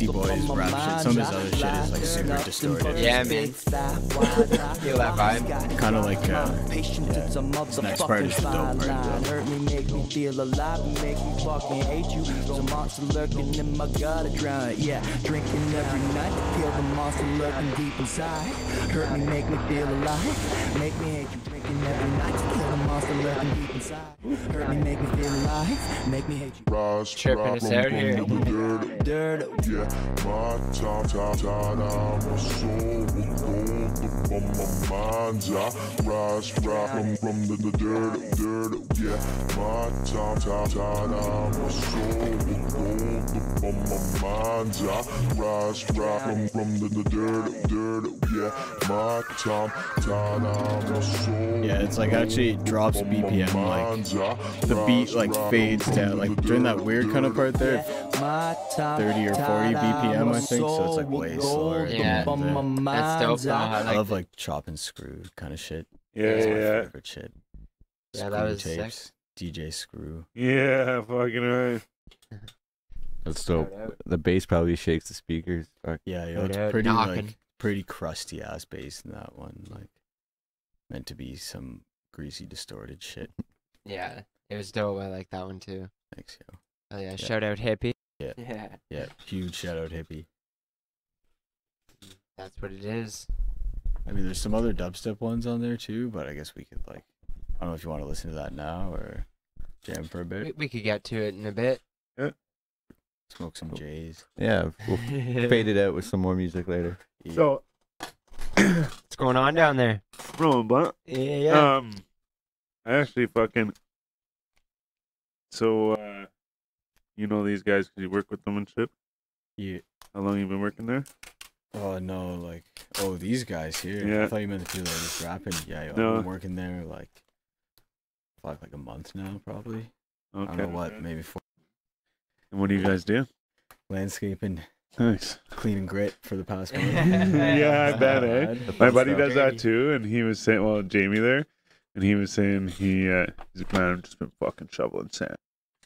Speaker 3: D-Boy's rap shit. Some of his other shit is like super distorted.
Speaker 2: Yeah, man. Feel that vibe.
Speaker 3: Kind of like uh,
Speaker 6: Patient it's a
Speaker 3: next part is
Speaker 6: motherfucking
Speaker 3: the dope
Speaker 6: fine
Speaker 3: part,
Speaker 6: line.
Speaker 3: though.
Speaker 6: Hurt me, make me feel alive, and make me fucking hate you. The monster lurking in my gut, I drown it. Yeah, drinking every night, feel the monster lurking deep inside. Hurt me, make me feel alive, make me hate you. Drinking every night, feel the monster lurking deep inside. Hurt me, make me feel alive, make me hate you.
Speaker 2: Tripping us out here.
Speaker 6: Dirt,
Speaker 3: Yeah, it's like actually it drops BPM like the beat like fades down like during that weird kind of part there.
Speaker 6: my time.
Speaker 3: 30 or 40 BPM, I think, so it's, like, way slower than
Speaker 2: Yeah. That's dope, though. I
Speaker 3: I
Speaker 2: like
Speaker 3: love like chop and screw kind of shit.
Speaker 1: Yeah,
Speaker 3: That's my
Speaker 1: yeah,
Speaker 3: favorite shit.
Speaker 2: Yeah, that was sick.
Speaker 3: DJ Screw.
Speaker 1: yeah. Fucking right.
Speaker 4: That's dope. The bass probably shakes the speakers. Uh, Fuck.
Speaker 3: Yeah, yo, it's
Speaker 2: Without
Speaker 3: pretty
Speaker 2: knocking.
Speaker 3: like pretty crusty ass bass in that one. Like meant to be some greasy distorted shit.
Speaker 2: Yeah, it was dope. I like that one too.
Speaker 3: Thanks, yo.
Speaker 2: Oh yeah, shout out hippie.
Speaker 3: Yeah.
Speaker 2: yeah,
Speaker 3: Yeah, huge shout out hippie.
Speaker 2: that's what it is.
Speaker 3: I mean, there's some other dubstep ones on there too, but I guess we could like, I don't know if you want to listen to that now or jam for a
Speaker 2: We,
Speaker 3: bit,
Speaker 2: we could get to it in a bit.
Speaker 3: smoke some J's.
Speaker 4: Yeah, we'll fade it out with some more music later.
Speaker 1: So,
Speaker 2: What's going on down there?
Speaker 1: rolling blunt.
Speaker 2: Yeah, yeah.
Speaker 1: Um, I actually fucking. So, uh, you know these guys 'cause you work with them and shit.
Speaker 3: Yeah.
Speaker 1: How long you been working there?
Speaker 3: Oh no, like, oh these guys here. I
Speaker 1: Yeah.
Speaker 3: thought you meant the people that are just rapping. Yeah, yo, I've
Speaker 1: No.
Speaker 3: been working there like, fuck, like a month now probably.
Speaker 1: Okay.
Speaker 3: I don't know what, maybe four.
Speaker 1: And what do you guys do?
Speaker 3: landscaping,
Speaker 1: Nice.
Speaker 3: cleaning grit for the past month.
Speaker 1: Yeah, I bet, eh?
Speaker 3: Bad.
Speaker 1: My buddy
Speaker 3: So-
Speaker 1: does that too, and he was saying, well, Jamie there, and he was saying he uh, he's like, man, I've just been fucking shoveling sand.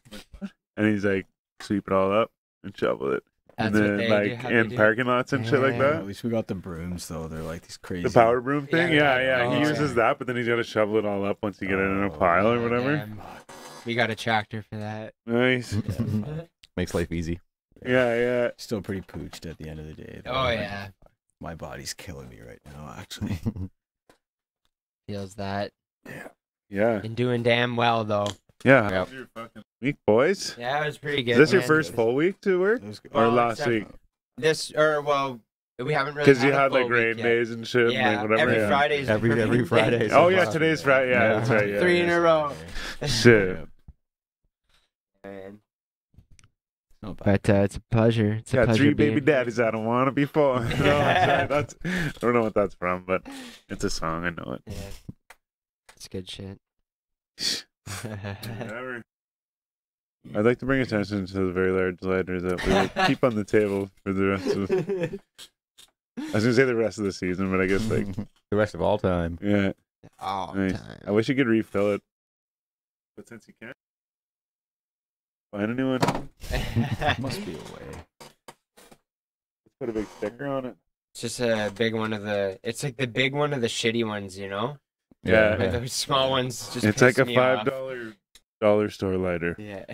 Speaker 1: I'm like, "What?" And he's like, sweep it all up and shovel it,
Speaker 2: That's
Speaker 1: and then
Speaker 2: what they do,
Speaker 1: like
Speaker 2: how they
Speaker 1: in
Speaker 2: do.
Speaker 1: parking lots and shit like
Speaker 2: Yeah.
Speaker 3: Yeah,
Speaker 1: that.
Speaker 3: at least we got the brooms though. They're like these crazy.
Speaker 1: The power broom
Speaker 2: Yeah,
Speaker 1: thing, yeah,
Speaker 2: the
Speaker 1: yeah.
Speaker 2: power
Speaker 1: He
Speaker 2: broom.
Speaker 1: uses that, but then he's got to shovel it all up once you get it in a
Speaker 3: Oh,
Speaker 1: pile or
Speaker 2: Yeah,
Speaker 1: whatever.
Speaker 2: damn. We got a tractor for that.
Speaker 1: Nice.
Speaker 4: Makes life easy.
Speaker 1: Yeah, yeah.
Speaker 3: Still pretty pooched at the end of the day. though.
Speaker 2: Oh yeah,
Speaker 3: My body's killing me right now. Actually,
Speaker 2: feels that.
Speaker 1: Yeah.
Speaker 2: Been doing damn well though.
Speaker 1: Yeah. How's your fucking week, boys?
Speaker 2: Yeah, it was pretty good.
Speaker 1: Is this your
Speaker 2: man. Oh,
Speaker 1: first full week to work?
Speaker 3: Those guys-
Speaker 1: Or
Speaker 2: Well,
Speaker 1: last
Speaker 2: except-
Speaker 1: week?
Speaker 2: This or well, we haven't really.
Speaker 1: Because you
Speaker 2: a
Speaker 1: had
Speaker 2: full
Speaker 1: like
Speaker 2: week
Speaker 1: rain
Speaker 2: yet.
Speaker 1: days and shit.
Speaker 2: Yeah,
Speaker 1: and, like, whatever,
Speaker 2: every
Speaker 1: yeah.
Speaker 2: Friday's the
Speaker 4: Every-
Speaker 2: perfect
Speaker 4: every
Speaker 2: day.
Speaker 4: Friday is
Speaker 1: Oh, yeah, today's Friday. Yeah,
Speaker 4: Yeah.
Speaker 1: that's right. Yeah.
Speaker 2: Three in a row.
Speaker 1: Shit.
Speaker 2: Man.
Speaker 3: Not bad.
Speaker 2: But uh, it's a pleasure. It's a
Speaker 1: Got
Speaker 2: pleasure
Speaker 1: three baby
Speaker 2: being-
Speaker 1: daddies I don't want to be for. no, that's, right. that's I don't know what that's from, but it's a song. I know
Speaker 2: Yeah, it's good shit.
Speaker 1: it. Whatever. I'd like to bring attention to the very large letter that we will keep on the table for the rest of. I was gonna say the rest of the season, but I guess like
Speaker 4: the rest of all time.
Speaker 1: yeah,
Speaker 2: All
Speaker 1: nice. I
Speaker 2: time.
Speaker 1: wish you could refill it, but since you can't, find a new one. Let's
Speaker 3: Must be a way.
Speaker 1: put a big sticker on it.
Speaker 2: it's just a big one of the. It's like the big one of the shitty ones, you know.
Speaker 1: Yeah.
Speaker 2: But those small ones just.
Speaker 1: it's like
Speaker 2: piss
Speaker 1: a
Speaker 2: me
Speaker 1: five
Speaker 2: off.
Speaker 1: dollar dollar store lighter.
Speaker 2: Yeah.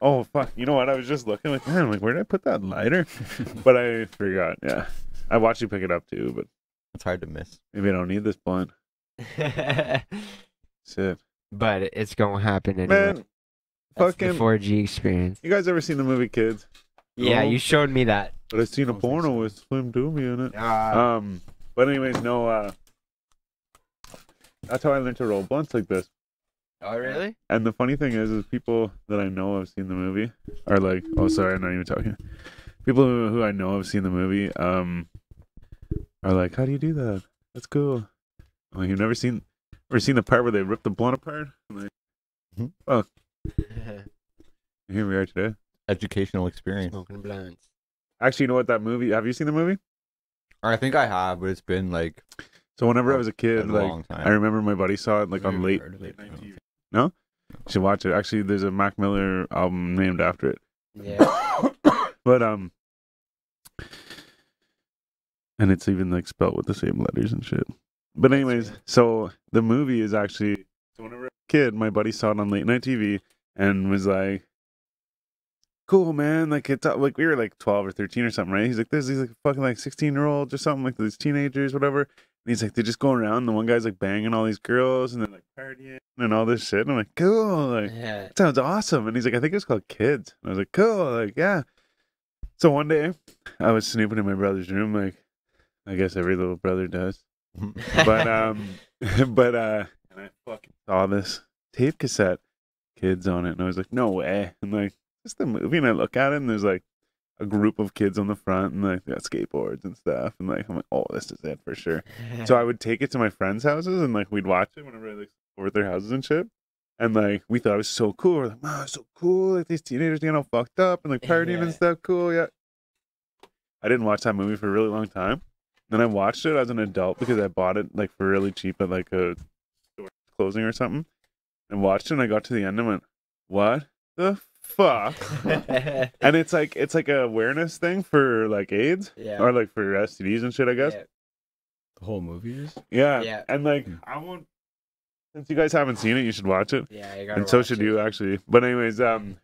Speaker 1: Oh fuck! You know what? I was just looking like, man, like where did I put that lighter? but I forgot. Yeah, I watched you pick it up too, but
Speaker 4: It's hard to miss.
Speaker 1: maybe I don't need this blunt. Shit,
Speaker 2: but it's gonna happen anyway.
Speaker 1: man,
Speaker 2: That's
Speaker 1: fucking.
Speaker 2: the 4G experience.
Speaker 1: You guys ever seen the movie Kids?
Speaker 2: Yeah,
Speaker 1: No.
Speaker 2: you showed me that.
Speaker 1: But I seen a
Speaker 3: Don't think
Speaker 1: porno
Speaker 3: so.
Speaker 1: with Slim Doomy in it.
Speaker 2: Uh,
Speaker 1: Um, but anyways, no. uh That's how I learned to roll blunts like this.
Speaker 2: oh really?
Speaker 1: And the funny thing is, is people that I know have seen the movie are like, oh, sorry, I'm not even talking. People who, who I know have seen the movie um, are like, how do you do that? That's cool. I'm like, you've never seen, ever seen the part where they rip the blunt apart? I'm like,
Speaker 4: Mm-hmm.
Speaker 1: here we are today.
Speaker 4: Educational experience.
Speaker 2: Smoking blunts.
Speaker 1: Actually, you know what? That movie. Have you seen the movie?
Speaker 4: I think I have, but it's been like
Speaker 1: So whenever I
Speaker 4: Oh,
Speaker 1: was a
Speaker 4: a
Speaker 1: kid, like
Speaker 4: long time.
Speaker 1: I remember my buddy saw it like on late.
Speaker 3: Heard of it, I don't think.
Speaker 1: You should watch it. Actually, there's a Mac Miller album named after it.
Speaker 2: Yeah.
Speaker 1: But um, and it's even like spelt with the same letters and shit. But anyways, so the movie is actually so whenever I was a kid, my buddy saw it on late night TV and was like, "Cool, man! Like it's like we were like twelve or thirteen or something, right?" He's like, "There's these like fucking like sixteen year olds or something like these teenagers, whatever." And he's like, "They're just going around. And the one guy's like banging all these girls and they're like partying and all this shit." And I'm like, "Cool!" Like
Speaker 2: yeah.
Speaker 1: that sounds awesome. And he's like, I think it was called Kids. And I was like, cool. Like, yeah. So one day I was snooping in my brother's room, like I guess every little brother does. But um but uh and I fucking saw this tape cassette, kids on it, and I was like, No way. And like it's the movie and I look at it and there's like a group of kids on the front and like they got skateboards and stuff and like I'm like, Oh, this is it for sure. So I would take it to my friends' houses and like we'd watch it whenever I like over at their houses and shit. And like we thought it was so cool. We're like, wow, it's so cool. Like these teenagers getting all fucked up and like partying
Speaker 2: Yeah.
Speaker 1: and stuff. Cool, yeah. I didn't watch that movie for a really long time. Then I watched it as an adult because I bought it like for really cheap at like a store closing or something. And watched it and I got to the end and went, What the fuck. and it's like it's like a awareness thing for like AIDS
Speaker 2: yeah.
Speaker 1: or like for STDs and shit. I guess.
Speaker 2: Yeah.
Speaker 3: The whole movie is.
Speaker 1: Yeah.
Speaker 2: Yeah.
Speaker 1: And like I won't. Since you guys haven't seen it, you should watch it,
Speaker 2: Yeah, you gotta
Speaker 1: and so
Speaker 2: watch
Speaker 1: should
Speaker 2: it. Hmm.
Speaker 1: you actually. But anyways, um,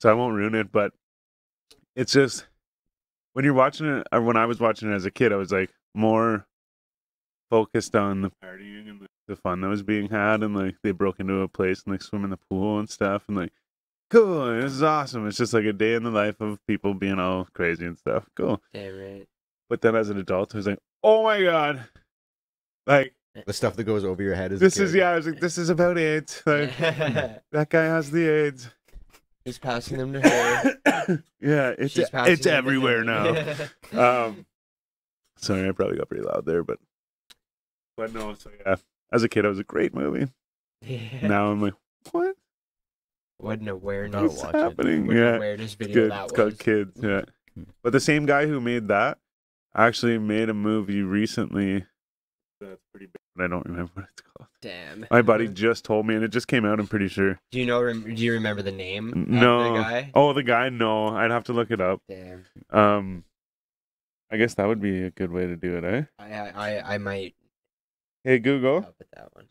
Speaker 1: so I won't ruin it, but it's just when you're watching it. Or when I was watching it as a kid, I was like more focused on the partying and the, the fun that was being had, and like they broke into a place and like swim in the pool and stuff, and like cool, this is awesome. It's just like a day in the life of people being all crazy and stuff. Cool.
Speaker 2: Damn right.
Speaker 1: But then as an adult, I was like, oh my god, like
Speaker 4: The stuff that goes over your head is.
Speaker 1: this is yeah. I was like, this is about AIDS. Like that guy has the AIDS.
Speaker 2: He's passing them to her.
Speaker 1: yeah, it's
Speaker 2: She's passing them
Speaker 1: it's
Speaker 2: to
Speaker 1: everywhere now.
Speaker 2: him.
Speaker 1: um, sorry, I probably got pretty loud there, but but no. So yeah, as a kid, it was a great movie.
Speaker 2: Yeah.
Speaker 1: Now I'm like, what?
Speaker 2: What an awareness.
Speaker 1: What's
Speaker 3: watch it.
Speaker 1: happening?
Speaker 2: What an
Speaker 1: Yeah,
Speaker 2: awareness video
Speaker 1: good.
Speaker 2: that
Speaker 1: It's
Speaker 2: was.
Speaker 1: called Kids. Yeah, but the same guy who made that actually made a movie recently. That's pretty bad. but I don't remember what it's called.
Speaker 2: Damn.
Speaker 1: My buddy just told me, and it just came out. I'm pretty sure.
Speaker 2: Do you know? Rem- do you remember the name? of
Speaker 1: No.
Speaker 2: the guy?
Speaker 1: Oh, the guy? No, I'd have to look it up.
Speaker 2: Damn.
Speaker 1: Um, I guess that would be a good way to do it, eh?
Speaker 2: I I I- I might
Speaker 1: Hey Google,
Speaker 2: help with that one.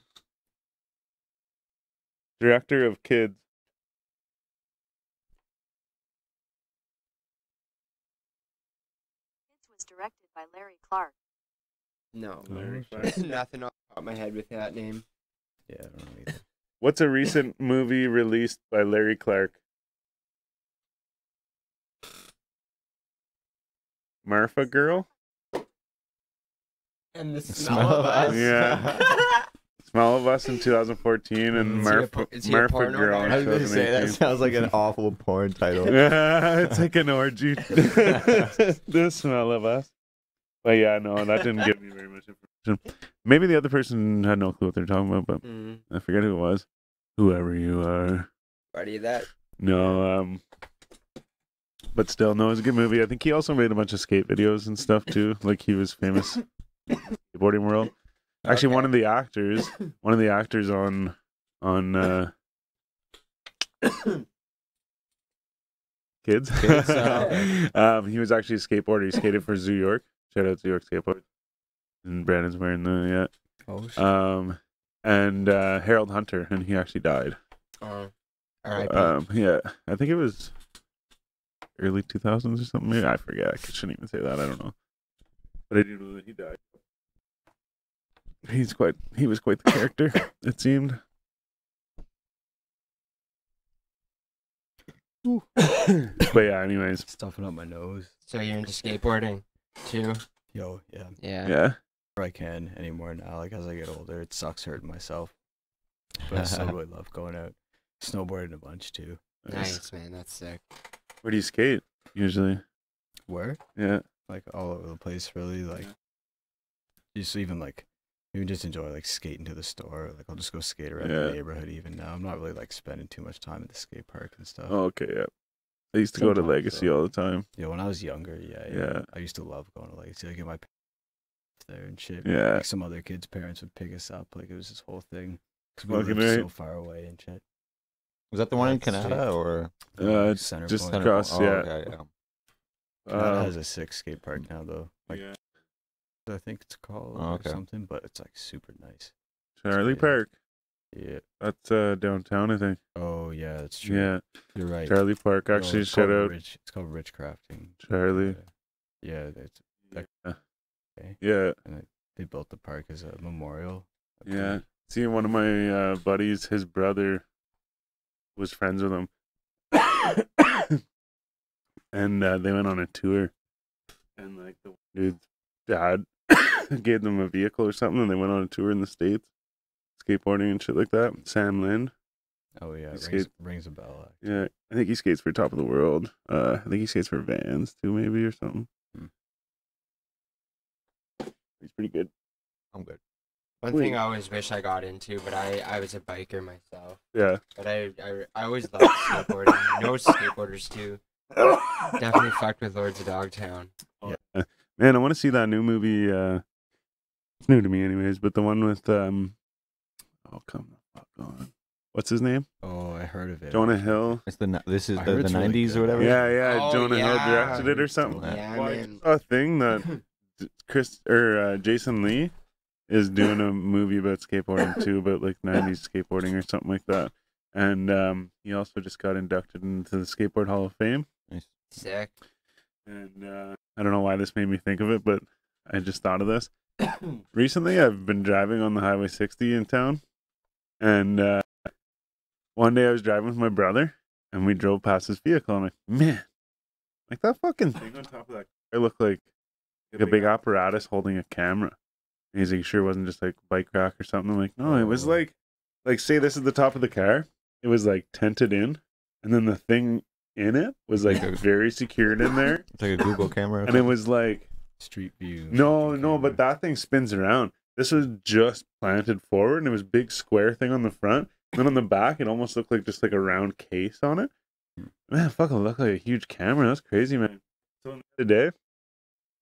Speaker 1: director of kids.
Speaker 7: Kids was directed by Larry Clark.
Speaker 2: No.
Speaker 1: Larry
Speaker 2: Nothing off the top of my head with that name.
Speaker 3: Yeah. I don't know either.
Speaker 1: What's a recent movie released by Larry Clark? Marfa Girl?
Speaker 2: And the smell,
Speaker 4: Smell
Speaker 2: of
Speaker 4: of
Speaker 2: us.
Speaker 1: Yeah. Small of Us in 2014 and
Speaker 2: Is he a
Speaker 1: Marfa,
Speaker 2: por- is he a
Speaker 1: Marfa
Speaker 2: porno
Speaker 1: Girl. in
Speaker 2: guy?
Speaker 4: I was gonna say that
Speaker 1: 2018.
Speaker 4: sounds like an awful porn title.
Speaker 1: Yeah, it's like an orgy. the smell of us. But yeah, no, that didn't give me very much information. Maybe the other person had no clue what they're talking about, but
Speaker 2: Mm,
Speaker 1: I forget who it was. Whoever you are.
Speaker 2: buddy, that.
Speaker 1: No, um but still, no, it was a good movie. I think he also made a bunch of skate videos and stuff too. Like he was famous in the skateboarding world. Actually, one of the actors, one of the actors on on uh Kids.
Speaker 3: Kids, uh,
Speaker 1: um, he was actually a skateboarder. He skated for Zoo York. Shout out to York Skateboard. And Brandon's wearing the
Speaker 3: Oh
Speaker 1: yeah. Um, and uh, Harold Hunter, and he actually died.
Speaker 2: Uh, Alright.
Speaker 1: Um, yeah, I think it was early 2000s or something. Maybe I forget. I shouldn't even say that. I don't know. But I do know that he died. He's quite. He was quite the character. it seemed. but yeah. Anyways.
Speaker 3: Stuffing up my nose.
Speaker 2: so you're into skateboarding, too?
Speaker 3: Yo, yeah.
Speaker 2: Yeah.
Speaker 1: Yeah.
Speaker 3: Or I can anymore now. Like as I get older, it sucks hurting myself. But I still really love going out. Snowboarding a bunch too.
Speaker 2: Nice, man. That's sick.
Speaker 1: Where do you skate usually?
Speaker 3: Where?
Speaker 1: Yeah.
Speaker 3: Like all over the place really. Like just even like even just enjoy like skating to the store. Like I'll just go skate around
Speaker 1: Yeah.
Speaker 3: the neighborhood even now. I'm not really like spending too much time at the skate park and stuff.
Speaker 1: Oh, okay. Yeah. I used to go to
Speaker 3: Sometimes,
Speaker 1: Legacy
Speaker 3: yeah.
Speaker 1: all the time.
Speaker 3: Yeah, when I was younger, yeah,
Speaker 1: Yeah.
Speaker 3: I used to love going to like see like my parents there and shit.
Speaker 1: Yeah.
Speaker 3: Like, some other kids' parents would pick us up. Like it was this whole thing. 'Cause we
Speaker 1: Fucking
Speaker 3: lived
Speaker 1: right.
Speaker 3: so far away and shit.
Speaker 4: Was that the one in
Speaker 3: That's sweet.
Speaker 4: Canada or
Speaker 1: Uh,
Speaker 3: Like, center
Speaker 1: just
Speaker 3: point.
Speaker 1: across,
Speaker 4: Oh,
Speaker 1: yeah.
Speaker 4: okay, yeah.
Speaker 3: Canada
Speaker 1: Uh,
Speaker 3: has a sick skate park now though. Like
Speaker 1: yeah.
Speaker 3: I think it's called
Speaker 4: Oh,
Speaker 3: or
Speaker 4: okay.
Speaker 3: something, but it's like super nice.
Speaker 1: Charlie
Speaker 3: yeah.
Speaker 1: Park.
Speaker 3: Yeah.
Speaker 1: That's uh, downtown, I think.
Speaker 3: Oh yeah, that's true.
Speaker 1: Yeah,
Speaker 3: You're right.
Speaker 1: Charlie Park.
Speaker 3: No,
Speaker 1: Actually,
Speaker 3: it's
Speaker 1: shout
Speaker 3: called
Speaker 1: out
Speaker 3: Rich, it's called Rich Crafting.
Speaker 1: Charlie.
Speaker 3: Yeah, it's,
Speaker 1: Yeah.
Speaker 3: they built the park as a memorial. I
Speaker 1: Yeah.
Speaker 3: believe.
Speaker 1: See, one of my uh, buddies, his brother was friends with him. and uh, they went on a tour. And like the dude's dad gave them a vehicle or something and they went on a tour in the States, skateboarding and shit like that. Sam Lynn.
Speaker 3: Oh yeah, it rings,
Speaker 1: Skate-
Speaker 3: rings a bell. uh,
Speaker 1: Yeah. I think he skates for Top of the World. Uh, I think he skates for Vans too, maybe, or something.
Speaker 3: Hmm.
Speaker 1: He's pretty good.
Speaker 4: I'm good.
Speaker 2: One
Speaker 1: Wait.
Speaker 2: thing I always wish I got into, but I, I was a biker myself.
Speaker 1: Yeah.
Speaker 2: But I, I, I always loved skateboarding. no skateboarders do. Definitely fucked with Lords of Dogtown.
Speaker 1: Man, I want to see that new movie. Uh, it's new to me, anyways, but the one with um, oh come the fuck on, what's his name?
Speaker 3: Oh, I heard of it.
Speaker 1: Jonah Hill.
Speaker 4: It's the ni- this is
Speaker 3: I
Speaker 4: the,
Speaker 3: heard
Speaker 4: the
Speaker 3: it's really
Speaker 4: 90s or
Speaker 3: good.
Speaker 4: whatever.
Speaker 1: Yeah, yeah.
Speaker 2: Oh,
Speaker 1: Jonah
Speaker 2: yeah.
Speaker 1: Hill directed it or something.
Speaker 2: Yeah,
Speaker 1: Well, I
Speaker 2: man.
Speaker 1: saw a thing that Chris or uh, Jason Lee is doing a movie about skateboarding too, about like '90s skateboarding or something like that. And um, he also just got inducted into the Skateboard Hall of Fame.
Speaker 2: Sick.
Speaker 1: And uh, I don't know why this made me think of it, but I just thought of this. Recently, I've been driving on the Highway 60 in town, and uh, one day I was driving with my brother, and we drove past this vehicle. and I'm like, man, like that fucking thing on top of that car looked like like a big apparatus holding a camera. And he's like, "You sure it wasn't just like bike rack or something. I'm like, no, it was
Speaker 3: Oh.
Speaker 1: like, like say this is the top of the car. It was like tented in, and then the thing in it was like very secured in there,
Speaker 4: It's like a Google camera.
Speaker 1: and it was like,
Speaker 3: Street View.
Speaker 1: no,
Speaker 3: fucking
Speaker 1: no, but
Speaker 3: camera.
Speaker 1: that thing spins around. This was just planted forward, and it was a big square thing on the front. And then on the back, it almost looked like just like a round case on it. Man, fucking looked like a huge camera. That's crazy, man. So today,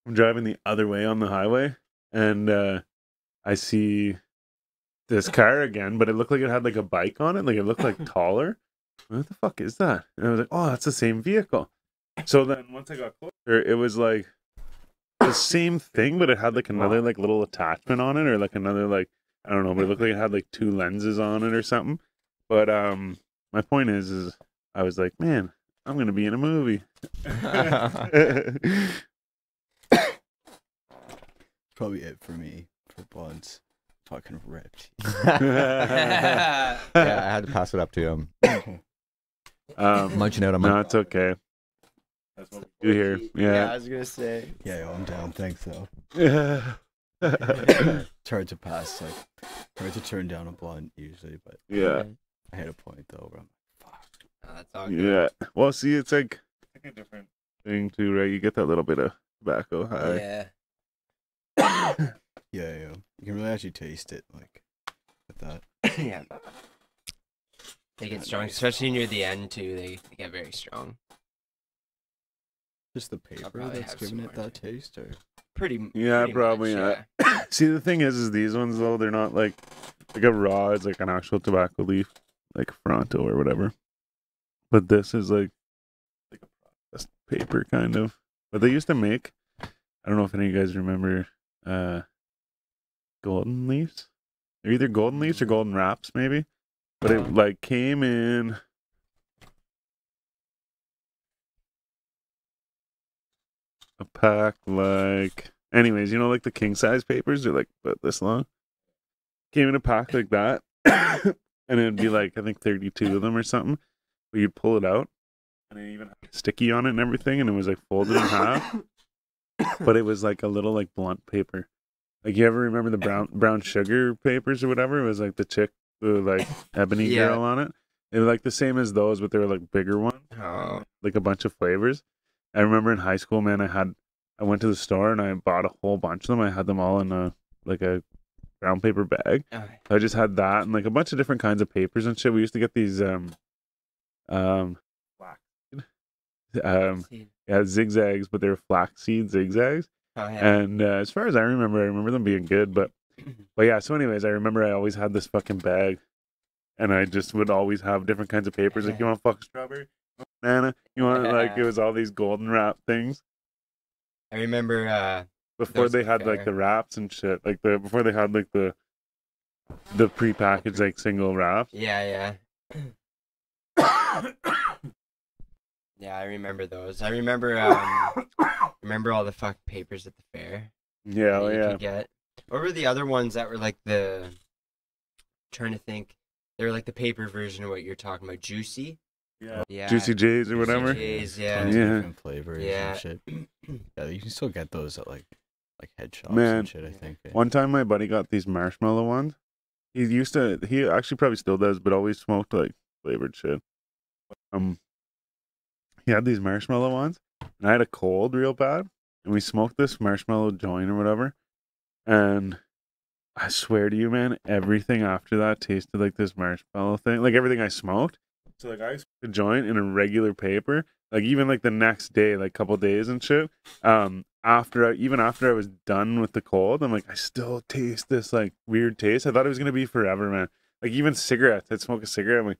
Speaker 1: I'm driving the other way on the highway, and uh, I see this car again, but it looked like it had like a bike on it. Like it looked like taller. What the fuck is that? And I was like, oh, that's the same vehicle. So then once I got closer, it was like the same thing, but it had like another like little attachment on it, or like another like I don't know, but it looked like it had like two lenses on it or something. But um, my point is, is I was like, man, I'm gonna be in a movie.
Speaker 3: probably it for me for buds. Fucking ripped.
Speaker 1: um,
Speaker 4: yeah, I had to pass it up to him. Munching out on my.
Speaker 1: Um, no, it's okay. That's what we do here. Yeah.
Speaker 2: was gonna say.
Speaker 3: Yeah, yo, I'm down. Thanks though.
Speaker 1: Yeah.
Speaker 3: It's hard to pass, like hard to turn down a blunt usually, but
Speaker 1: yeah.
Speaker 3: I had a point though. Where I'm
Speaker 2: that's all good.
Speaker 1: Yeah. Well, see, it's like, it's like a different thing too, right? You get that little bit of tobacco high.
Speaker 2: Yeah.
Speaker 3: yeah, yeah, you can really actually taste it, like with that.
Speaker 2: yeah. They get strong, especially near the end too. They, they get very strong.
Speaker 3: Just the paper
Speaker 2: probably
Speaker 3: that's
Speaker 2: have some
Speaker 3: giving it
Speaker 2: more
Speaker 3: that taste, or
Speaker 2: Pretty. m-
Speaker 1: Yeah,
Speaker 2: pretty
Speaker 1: probably,
Speaker 2: Much,
Speaker 1: yeah. See, the thing is, is these ones though they're not like like a raw. It's like an actual tobacco leaf, like Fronto or whatever. But this is like like a processed paper kind of. But they used to make. I don't know if any of you guys remember uh golden leaves. They're either golden leaves or golden wraps, maybe. But
Speaker 2: Uh-huh.
Speaker 1: it like came in. A pack like, anyways, you know, like the king size papers are like about this long. Came in a pack like that, and it'd be like I think thirty two of them or something. But you'd pull it out, and it even had sticky on it and everything, and it was like folded in half. But it was like a little like blunt paper. Like you ever remember the brown brown sugar papers or whatever? It was like the chick who like ebony
Speaker 2: Yeah.
Speaker 1: girl on it. They were like the same as those, but they were like bigger ones
Speaker 2: yeah. Oh.
Speaker 1: like a bunch of flavors. I remember in high school, man, I had I went to the store and I bought a whole bunch of them. I had them all in a like a brown paper bag.
Speaker 2: oh,
Speaker 1: I just had that and like a bunch of different kinds of papers and shit. We used to get these um um um
Speaker 2: see.
Speaker 1: yeah zigzags, but they were flaxseed zigzags.
Speaker 2: Oh, yeah.
Speaker 1: And uh, as far as I remember, I remember them being good, but but yeah. So, anyways, I remember I always had this fucking bag, and I just would always have different kinds of papers. Like, you want fucking strawberry, You want banana, you want like it was all these golden wrap things
Speaker 2: I remember. uh
Speaker 1: before
Speaker 2: Those
Speaker 1: they
Speaker 2: are
Speaker 1: had like
Speaker 2: fair.
Speaker 1: the wraps and shit. Like the before they had like the the prepackaged like single wraps.
Speaker 2: Yeah, yeah. yeah, I remember those. I remember. Um, remember all the fuck papers at the fair.
Speaker 1: Yeah,
Speaker 2: that
Speaker 1: oh,
Speaker 2: you
Speaker 1: yeah.
Speaker 2: could get. What were the other ones that were like the? trying to think, they were like the paper version of what you're talking about. Juicy.
Speaker 1: Yeah.
Speaker 2: Yeah.
Speaker 1: Juicy J's or
Speaker 2: Juicy
Speaker 1: whatever.
Speaker 2: J's,
Speaker 3: tons
Speaker 2: yeah.
Speaker 3: of
Speaker 1: Yeah.
Speaker 3: different flavors
Speaker 2: Yeah.
Speaker 3: and shit. Yeah, you can still get those at like like head shops
Speaker 1: Man.
Speaker 3: and shit. I think. eh?
Speaker 1: One time, my buddy got these marshmallow ones. He used to. He actually probably still does, but always smoked like flavored shit. Um, he had these marshmallow ones, and I had a cold real bad, and we smoked this marshmallow joint or whatever, and I swear to you, man, everything after that tasted like this marshmallow thing. Like everything I smoked. So like I smoked a joint in a regular paper. Like even like the next day, like couple days and shit. Um, after I, even after I was done with the cold, I'm like, I still taste this like weird taste. I thought it was gonna be forever, man. Like even cigarettes, I'd smoke a cigarette. I'm like,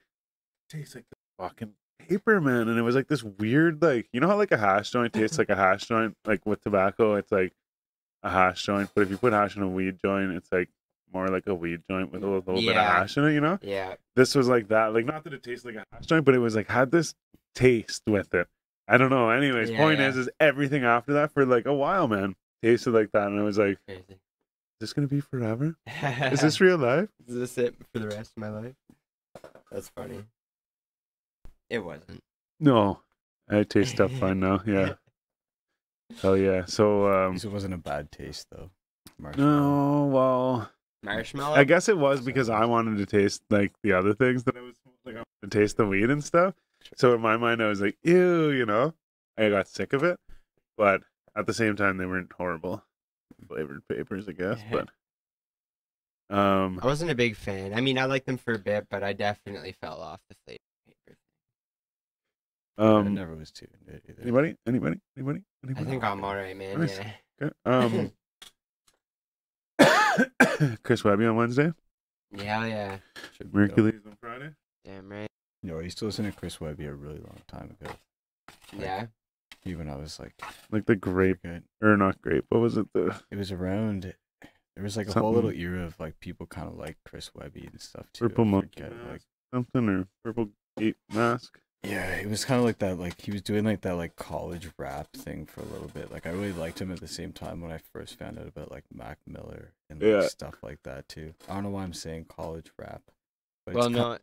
Speaker 1: tastes like fucking paper, man. And it was like this weird, like you know how like a hash joint tastes like a hash joint, like with tobacco, it's like a hash joint. But if you put hash in a weed joint, it's like more like a weed joint with a little, little bit of
Speaker 2: Yeah.
Speaker 1: hash in it. You know?
Speaker 2: Yeah.
Speaker 1: This was like that. Like not that it tasted like a hash joint, but it was like had this taste with it. I don't know. Anyways,
Speaker 2: Yeah,
Speaker 1: point
Speaker 2: yeah.
Speaker 1: is, is everything after that for like a while, man, tasted like that, and I was like,
Speaker 2: Crazy.
Speaker 1: is this gonna be forever? Is this real life?
Speaker 2: Is this it for the rest of my life? That's funny. It wasn't.
Speaker 1: No, I taste stuff fine now. Yeah, hell yeah. So, um,
Speaker 3: least it wasn't a bad taste though. Marshmallow.
Speaker 1: no, well,
Speaker 2: Marshmallow.
Speaker 1: I guess it was because I wanted to taste like the other things that I was like, I wanted to taste the weed and stuff. So in my mind, I was like, ew, you know, I got sick of it, but at the same time, they weren't horrible flavored papers, I guess. But, um,
Speaker 2: I wasn't a big fan. I mean, I liked them for a bit, but I definitely fell off the flavor. paper.
Speaker 3: I
Speaker 1: um,
Speaker 3: never was too into it either.
Speaker 1: anybody, anybody, anybody, anybody.
Speaker 2: I think I'm alright, man.
Speaker 1: Nice.
Speaker 2: Yeah.
Speaker 1: Okay. Um, Chris Webby on Wednesday.
Speaker 2: Yeah, yeah.
Speaker 3: Should be dope.
Speaker 1: Mercules on Friday.
Speaker 2: Damn right.
Speaker 3: No, I used to listen to Chris Webby a really long time ago.
Speaker 2: Yeah.
Speaker 3: Even I was like,
Speaker 1: Like the grape
Speaker 3: good.
Speaker 1: or not grape. What was it? The
Speaker 3: It was around. There was like a whole
Speaker 1: Something-
Speaker 3: little era of like people kind of like Chris Webby and stuff too. I
Speaker 1: purple monkey
Speaker 3: forget, like-
Speaker 1: mask, something or purple gate mask.
Speaker 3: Yeah, it was kind of like that. Like he was doing like that like college rap thing for a little bit. Like I really liked him at the same time when I first found out about like Mac Miller and like,
Speaker 1: Yeah.
Speaker 3: stuff like that too. I don't know why I'm saying college rap, but
Speaker 2: Well,
Speaker 3: it's kind
Speaker 2: no,
Speaker 3: of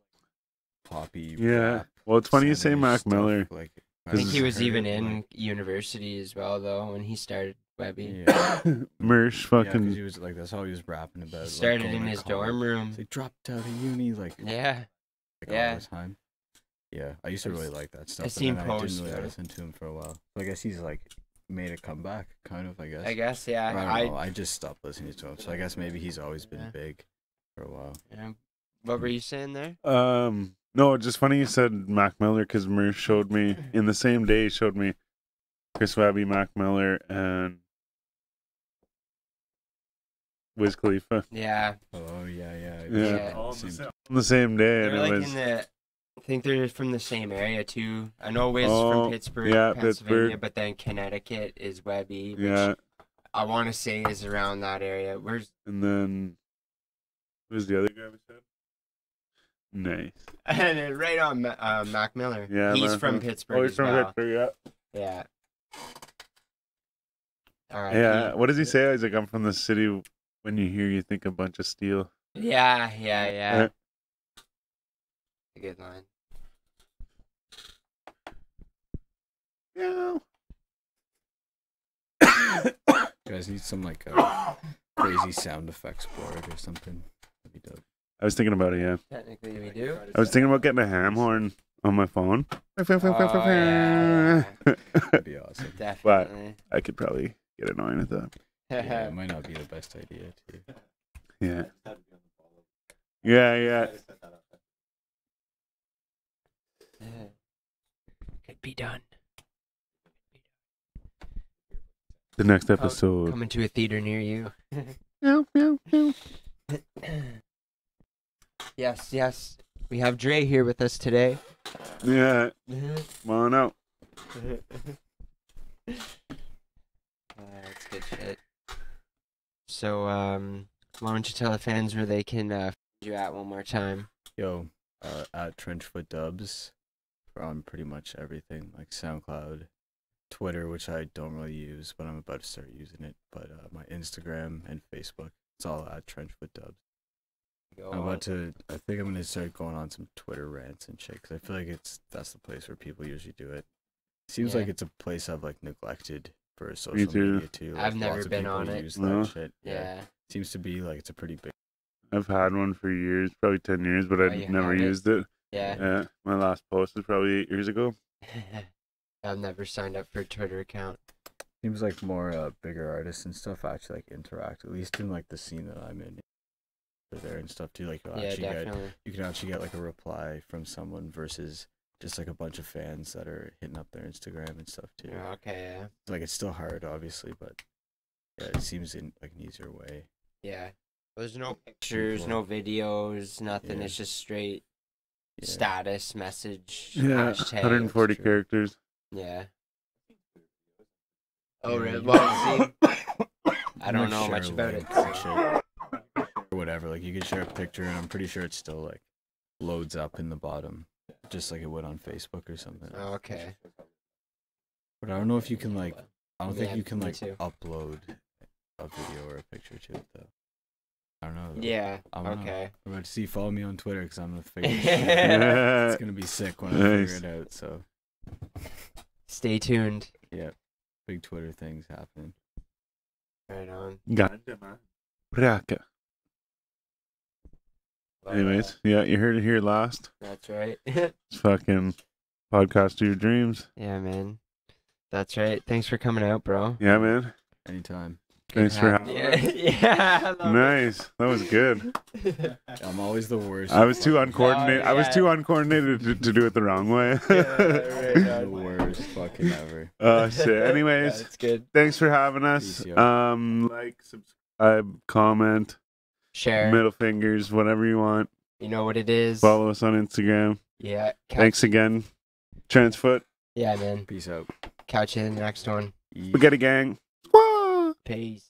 Speaker 3: poppy.
Speaker 1: Yeah.
Speaker 3: rap,
Speaker 1: Well, it's funny you say
Speaker 3: 70s
Speaker 1: Mac
Speaker 3: stuff,
Speaker 1: Miller.
Speaker 3: Like
Speaker 2: I think
Speaker 1: This
Speaker 2: he
Speaker 1: is
Speaker 2: was
Speaker 3: heard,
Speaker 2: even
Speaker 3: like-
Speaker 2: in university as well, though, when he started Webby.
Speaker 3: Yeah,
Speaker 1: Mersh
Speaker 3: yeah, 'cause
Speaker 1: fucking.
Speaker 3: he was like that's all he was rapping about.
Speaker 2: He
Speaker 3: like,
Speaker 2: started
Speaker 3: going
Speaker 2: in
Speaker 3: to
Speaker 2: his
Speaker 3: college.
Speaker 2: dorm room.
Speaker 3: It's like dropped out of uni, like
Speaker 2: Yeah.
Speaker 3: like,
Speaker 2: Yeah.
Speaker 3: all the time. Yeah, I used to really like that stuff. but
Speaker 2: seen
Speaker 3: then I didn't
Speaker 2: posts,
Speaker 3: really
Speaker 2: uh,
Speaker 3: listen to him for a while. I guess he's like made a comeback, kind of. I guess.
Speaker 2: I guess, yeah.
Speaker 3: I don't
Speaker 2: I,
Speaker 3: know. I just stopped listening to him, so I guess maybe he's always been
Speaker 2: Yeah.
Speaker 3: big for a while.
Speaker 2: yeah. What were you saying there?
Speaker 1: Um, no, it's just funny you said Mac Miller because Mersh showed me in the same day he showed me Chris Webby, Mac Miller, and Wiz Khalifa.
Speaker 2: Yeah.
Speaker 3: Oh yeah, yeah. it was
Speaker 1: Yeah,
Speaker 2: Yeah.
Speaker 3: around
Speaker 1: All
Speaker 3: the
Speaker 1: the
Speaker 3: same
Speaker 1: sa-
Speaker 3: time.
Speaker 1: on the same day,
Speaker 2: They're
Speaker 1: and
Speaker 2: like
Speaker 1: it was
Speaker 2: in the. I think they're from the same area too. I know Wiz
Speaker 1: Oh,
Speaker 2: from Pittsburgh,
Speaker 1: yeah,
Speaker 2: Pennsylvania,
Speaker 1: Pittsburgh.
Speaker 2: but then Connecticut is Webby, which
Speaker 1: yeah,
Speaker 2: I want to say is around that area. Where's
Speaker 1: and then who was the other guy we said? Nice.
Speaker 2: and then right on Ma- uh, Mac Miller?
Speaker 1: Yeah,
Speaker 2: he's
Speaker 1: Mac
Speaker 2: from
Speaker 1: Miller.
Speaker 2: Pittsburgh.
Speaker 1: Oh, he's
Speaker 2: as
Speaker 1: from
Speaker 2: well.
Speaker 1: Pittsburgh. Yeah.
Speaker 2: Yeah. All right.
Speaker 1: Yeah. What does he say? He's like, I'm from the city. When you hear, you think a bunch of steel.
Speaker 2: Yeah, yeah, yeah.
Speaker 1: Yeah.
Speaker 2: A good line.
Speaker 1: Yeah.
Speaker 3: You guys need some like uh, crazy sound effects board or something. That'd be dope.
Speaker 1: I was thinking about it. Yeah.
Speaker 2: Technically, we do.
Speaker 1: I was thinking about getting a ham horn on my phone.
Speaker 2: Oh, yeah,
Speaker 3: That'd be awesome.
Speaker 2: Definitely.
Speaker 1: I could probably get annoying at that.
Speaker 3: yeah, it might not be the best idea too.
Speaker 1: Yeah. Yeah. Yeah.
Speaker 2: Could be done.
Speaker 1: The next
Speaker 2: Oh,
Speaker 1: episode.
Speaker 2: Coming to a theater near you.
Speaker 1: Meow, meow, meow.
Speaker 2: yes, yes. We have Dre here with us today.
Speaker 1: Yeah. Come on out.
Speaker 2: Uh, that's good shit. So, um, why don't you tell the fans where they can uh, find you at one more time?
Speaker 3: Yo, uh, at Trenchfoot Dubs we're on pretty much everything like SoundCloud, Twitter, which I don't really use, but I'm about to start using it. But uh, my Instagram and Facebook, it's all at Trenchfoot Dubs.
Speaker 2: Go
Speaker 3: I'm
Speaker 2: on.
Speaker 3: about to. I think I'm gonna start going on some Twitter rants and shit because I feel like it's that's the place where people usually do it. Seems
Speaker 2: Yeah.
Speaker 3: like it's a place I've like neglected for social
Speaker 1: too.
Speaker 3: media too. Like,
Speaker 2: I've never
Speaker 3: lots of
Speaker 2: been
Speaker 3: people
Speaker 2: on it.
Speaker 3: Use
Speaker 1: No.
Speaker 3: that shit.
Speaker 2: Yeah.
Speaker 3: Seems to be like it's a pretty big.
Speaker 1: I've had one for years, probably 10 years, but I
Speaker 2: Oh, you
Speaker 1: never
Speaker 2: had it?
Speaker 1: used it.
Speaker 2: Yeah.
Speaker 1: Yeah. My last post was probably eight years ago.
Speaker 2: I've never signed up for a Twitter account.
Speaker 3: Seems like more uh, bigger artists and stuff actually like interact at least in like the scene that I'm in. They're there and stuff too. Like you'll
Speaker 2: yeah,
Speaker 3: actually get
Speaker 2: definitely.
Speaker 3: you can actually get like a reply from someone versus just like a bunch of fans that are hitting up their Instagram and stuff too.
Speaker 2: Yeah, okay, yeah.
Speaker 3: like it's still hard obviously but yeah it seems in like an easier way
Speaker 2: Yeah. There's no pictures, no videos, nothing.
Speaker 3: Yeah.
Speaker 2: It's just straight
Speaker 3: Yeah.
Speaker 2: status message.
Speaker 1: Yeah,
Speaker 2: hashtag.
Speaker 1: 140
Speaker 3: true.
Speaker 1: characters.
Speaker 2: Yeah. Oh,
Speaker 3: Yeah,
Speaker 1: Mm-hmm.
Speaker 2: really?
Speaker 3: you-
Speaker 2: Well, see, I
Speaker 3: I'm,
Speaker 2: don't
Speaker 3: like,
Speaker 2: know
Speaker 3: share
Speaker 2: much about it.
Speaker 3: links and shit. Or whatever. Like you can share a picture, and I'm pretty sure it still like loads up in the bottom, just like it would on Facebook or something.
Speaker 2: Oh, okay.
Speaker 3: But I don't know if you can like. I don't think
Speaker 2: Yeah,
Speaker 3: you can
Speaker 2: me
Speaker 3: like
Speaker 2: too.
Speaker 3: upload a video or a picture to it though. I don't know. though.
Speaker 2: Yeah.
Speaker 3: I don't know.
Speaker 2: Okay.
Speaker 3: I'm about to see. Follow me on Twitter because I'm gonna figure. this shit out. It's gonna be sick when I
Speaker 1: Nice.
Speaker 3: figure it out. So
Speaker 2: Stay tuned.
Speaker 3: big Twitter things happen.
Speaker 2: Right on.
Speaker 1: Ganja, man. Raka.
Speaker 2: But, uh,
Speaker 1: Anyways, yeah, you heard it here last.
Speaker 2: that's right.
Speaker 1: It's fucking podcast to your dreams.
Speaker 2: yeah, man. That's right. Thanks for coming out, bro.
Speaker 1: Yeah, man.
Speaker 3: Anytime.
Speaker 1: Thanks for
Speaker 2: having
Speaker 1: having
Speaker 2: Yeah. yeah. I love it.
Speaker 1: Nice. That was good.
Speaker 3: I'm always the worst.
Speaker 1: I was too uncoordinated. I was
Speaker 2: Oh, yeah.
Speaker 1: too uncoordinated to, to do it the wrong way.
Speaker 3: the worst fucking ever.
Speaker 1: Oh shit. Anyways,
Speaker 2: That's good.
Speaker 1: thanks for having us.
Speaker 3: Peace, yo.
Speaker 1: Um, like, subscribe, comment,
Speaker 2: Share.
Speaker 1: middle fingers, whatever you want.
Speaker 2: You know what it is.
Speaker 1: Follow us on Instagram.
Speaker 2: yeah. Couch-
Speaker 1: Thanks again, Transfoot
Speaker 2: Yeah, man.
Speaker 3: Peace out.
Speaker 2: Couch you in the next one.
Speaker 1: Spaghetti Gang.
Speaker 2: Peace.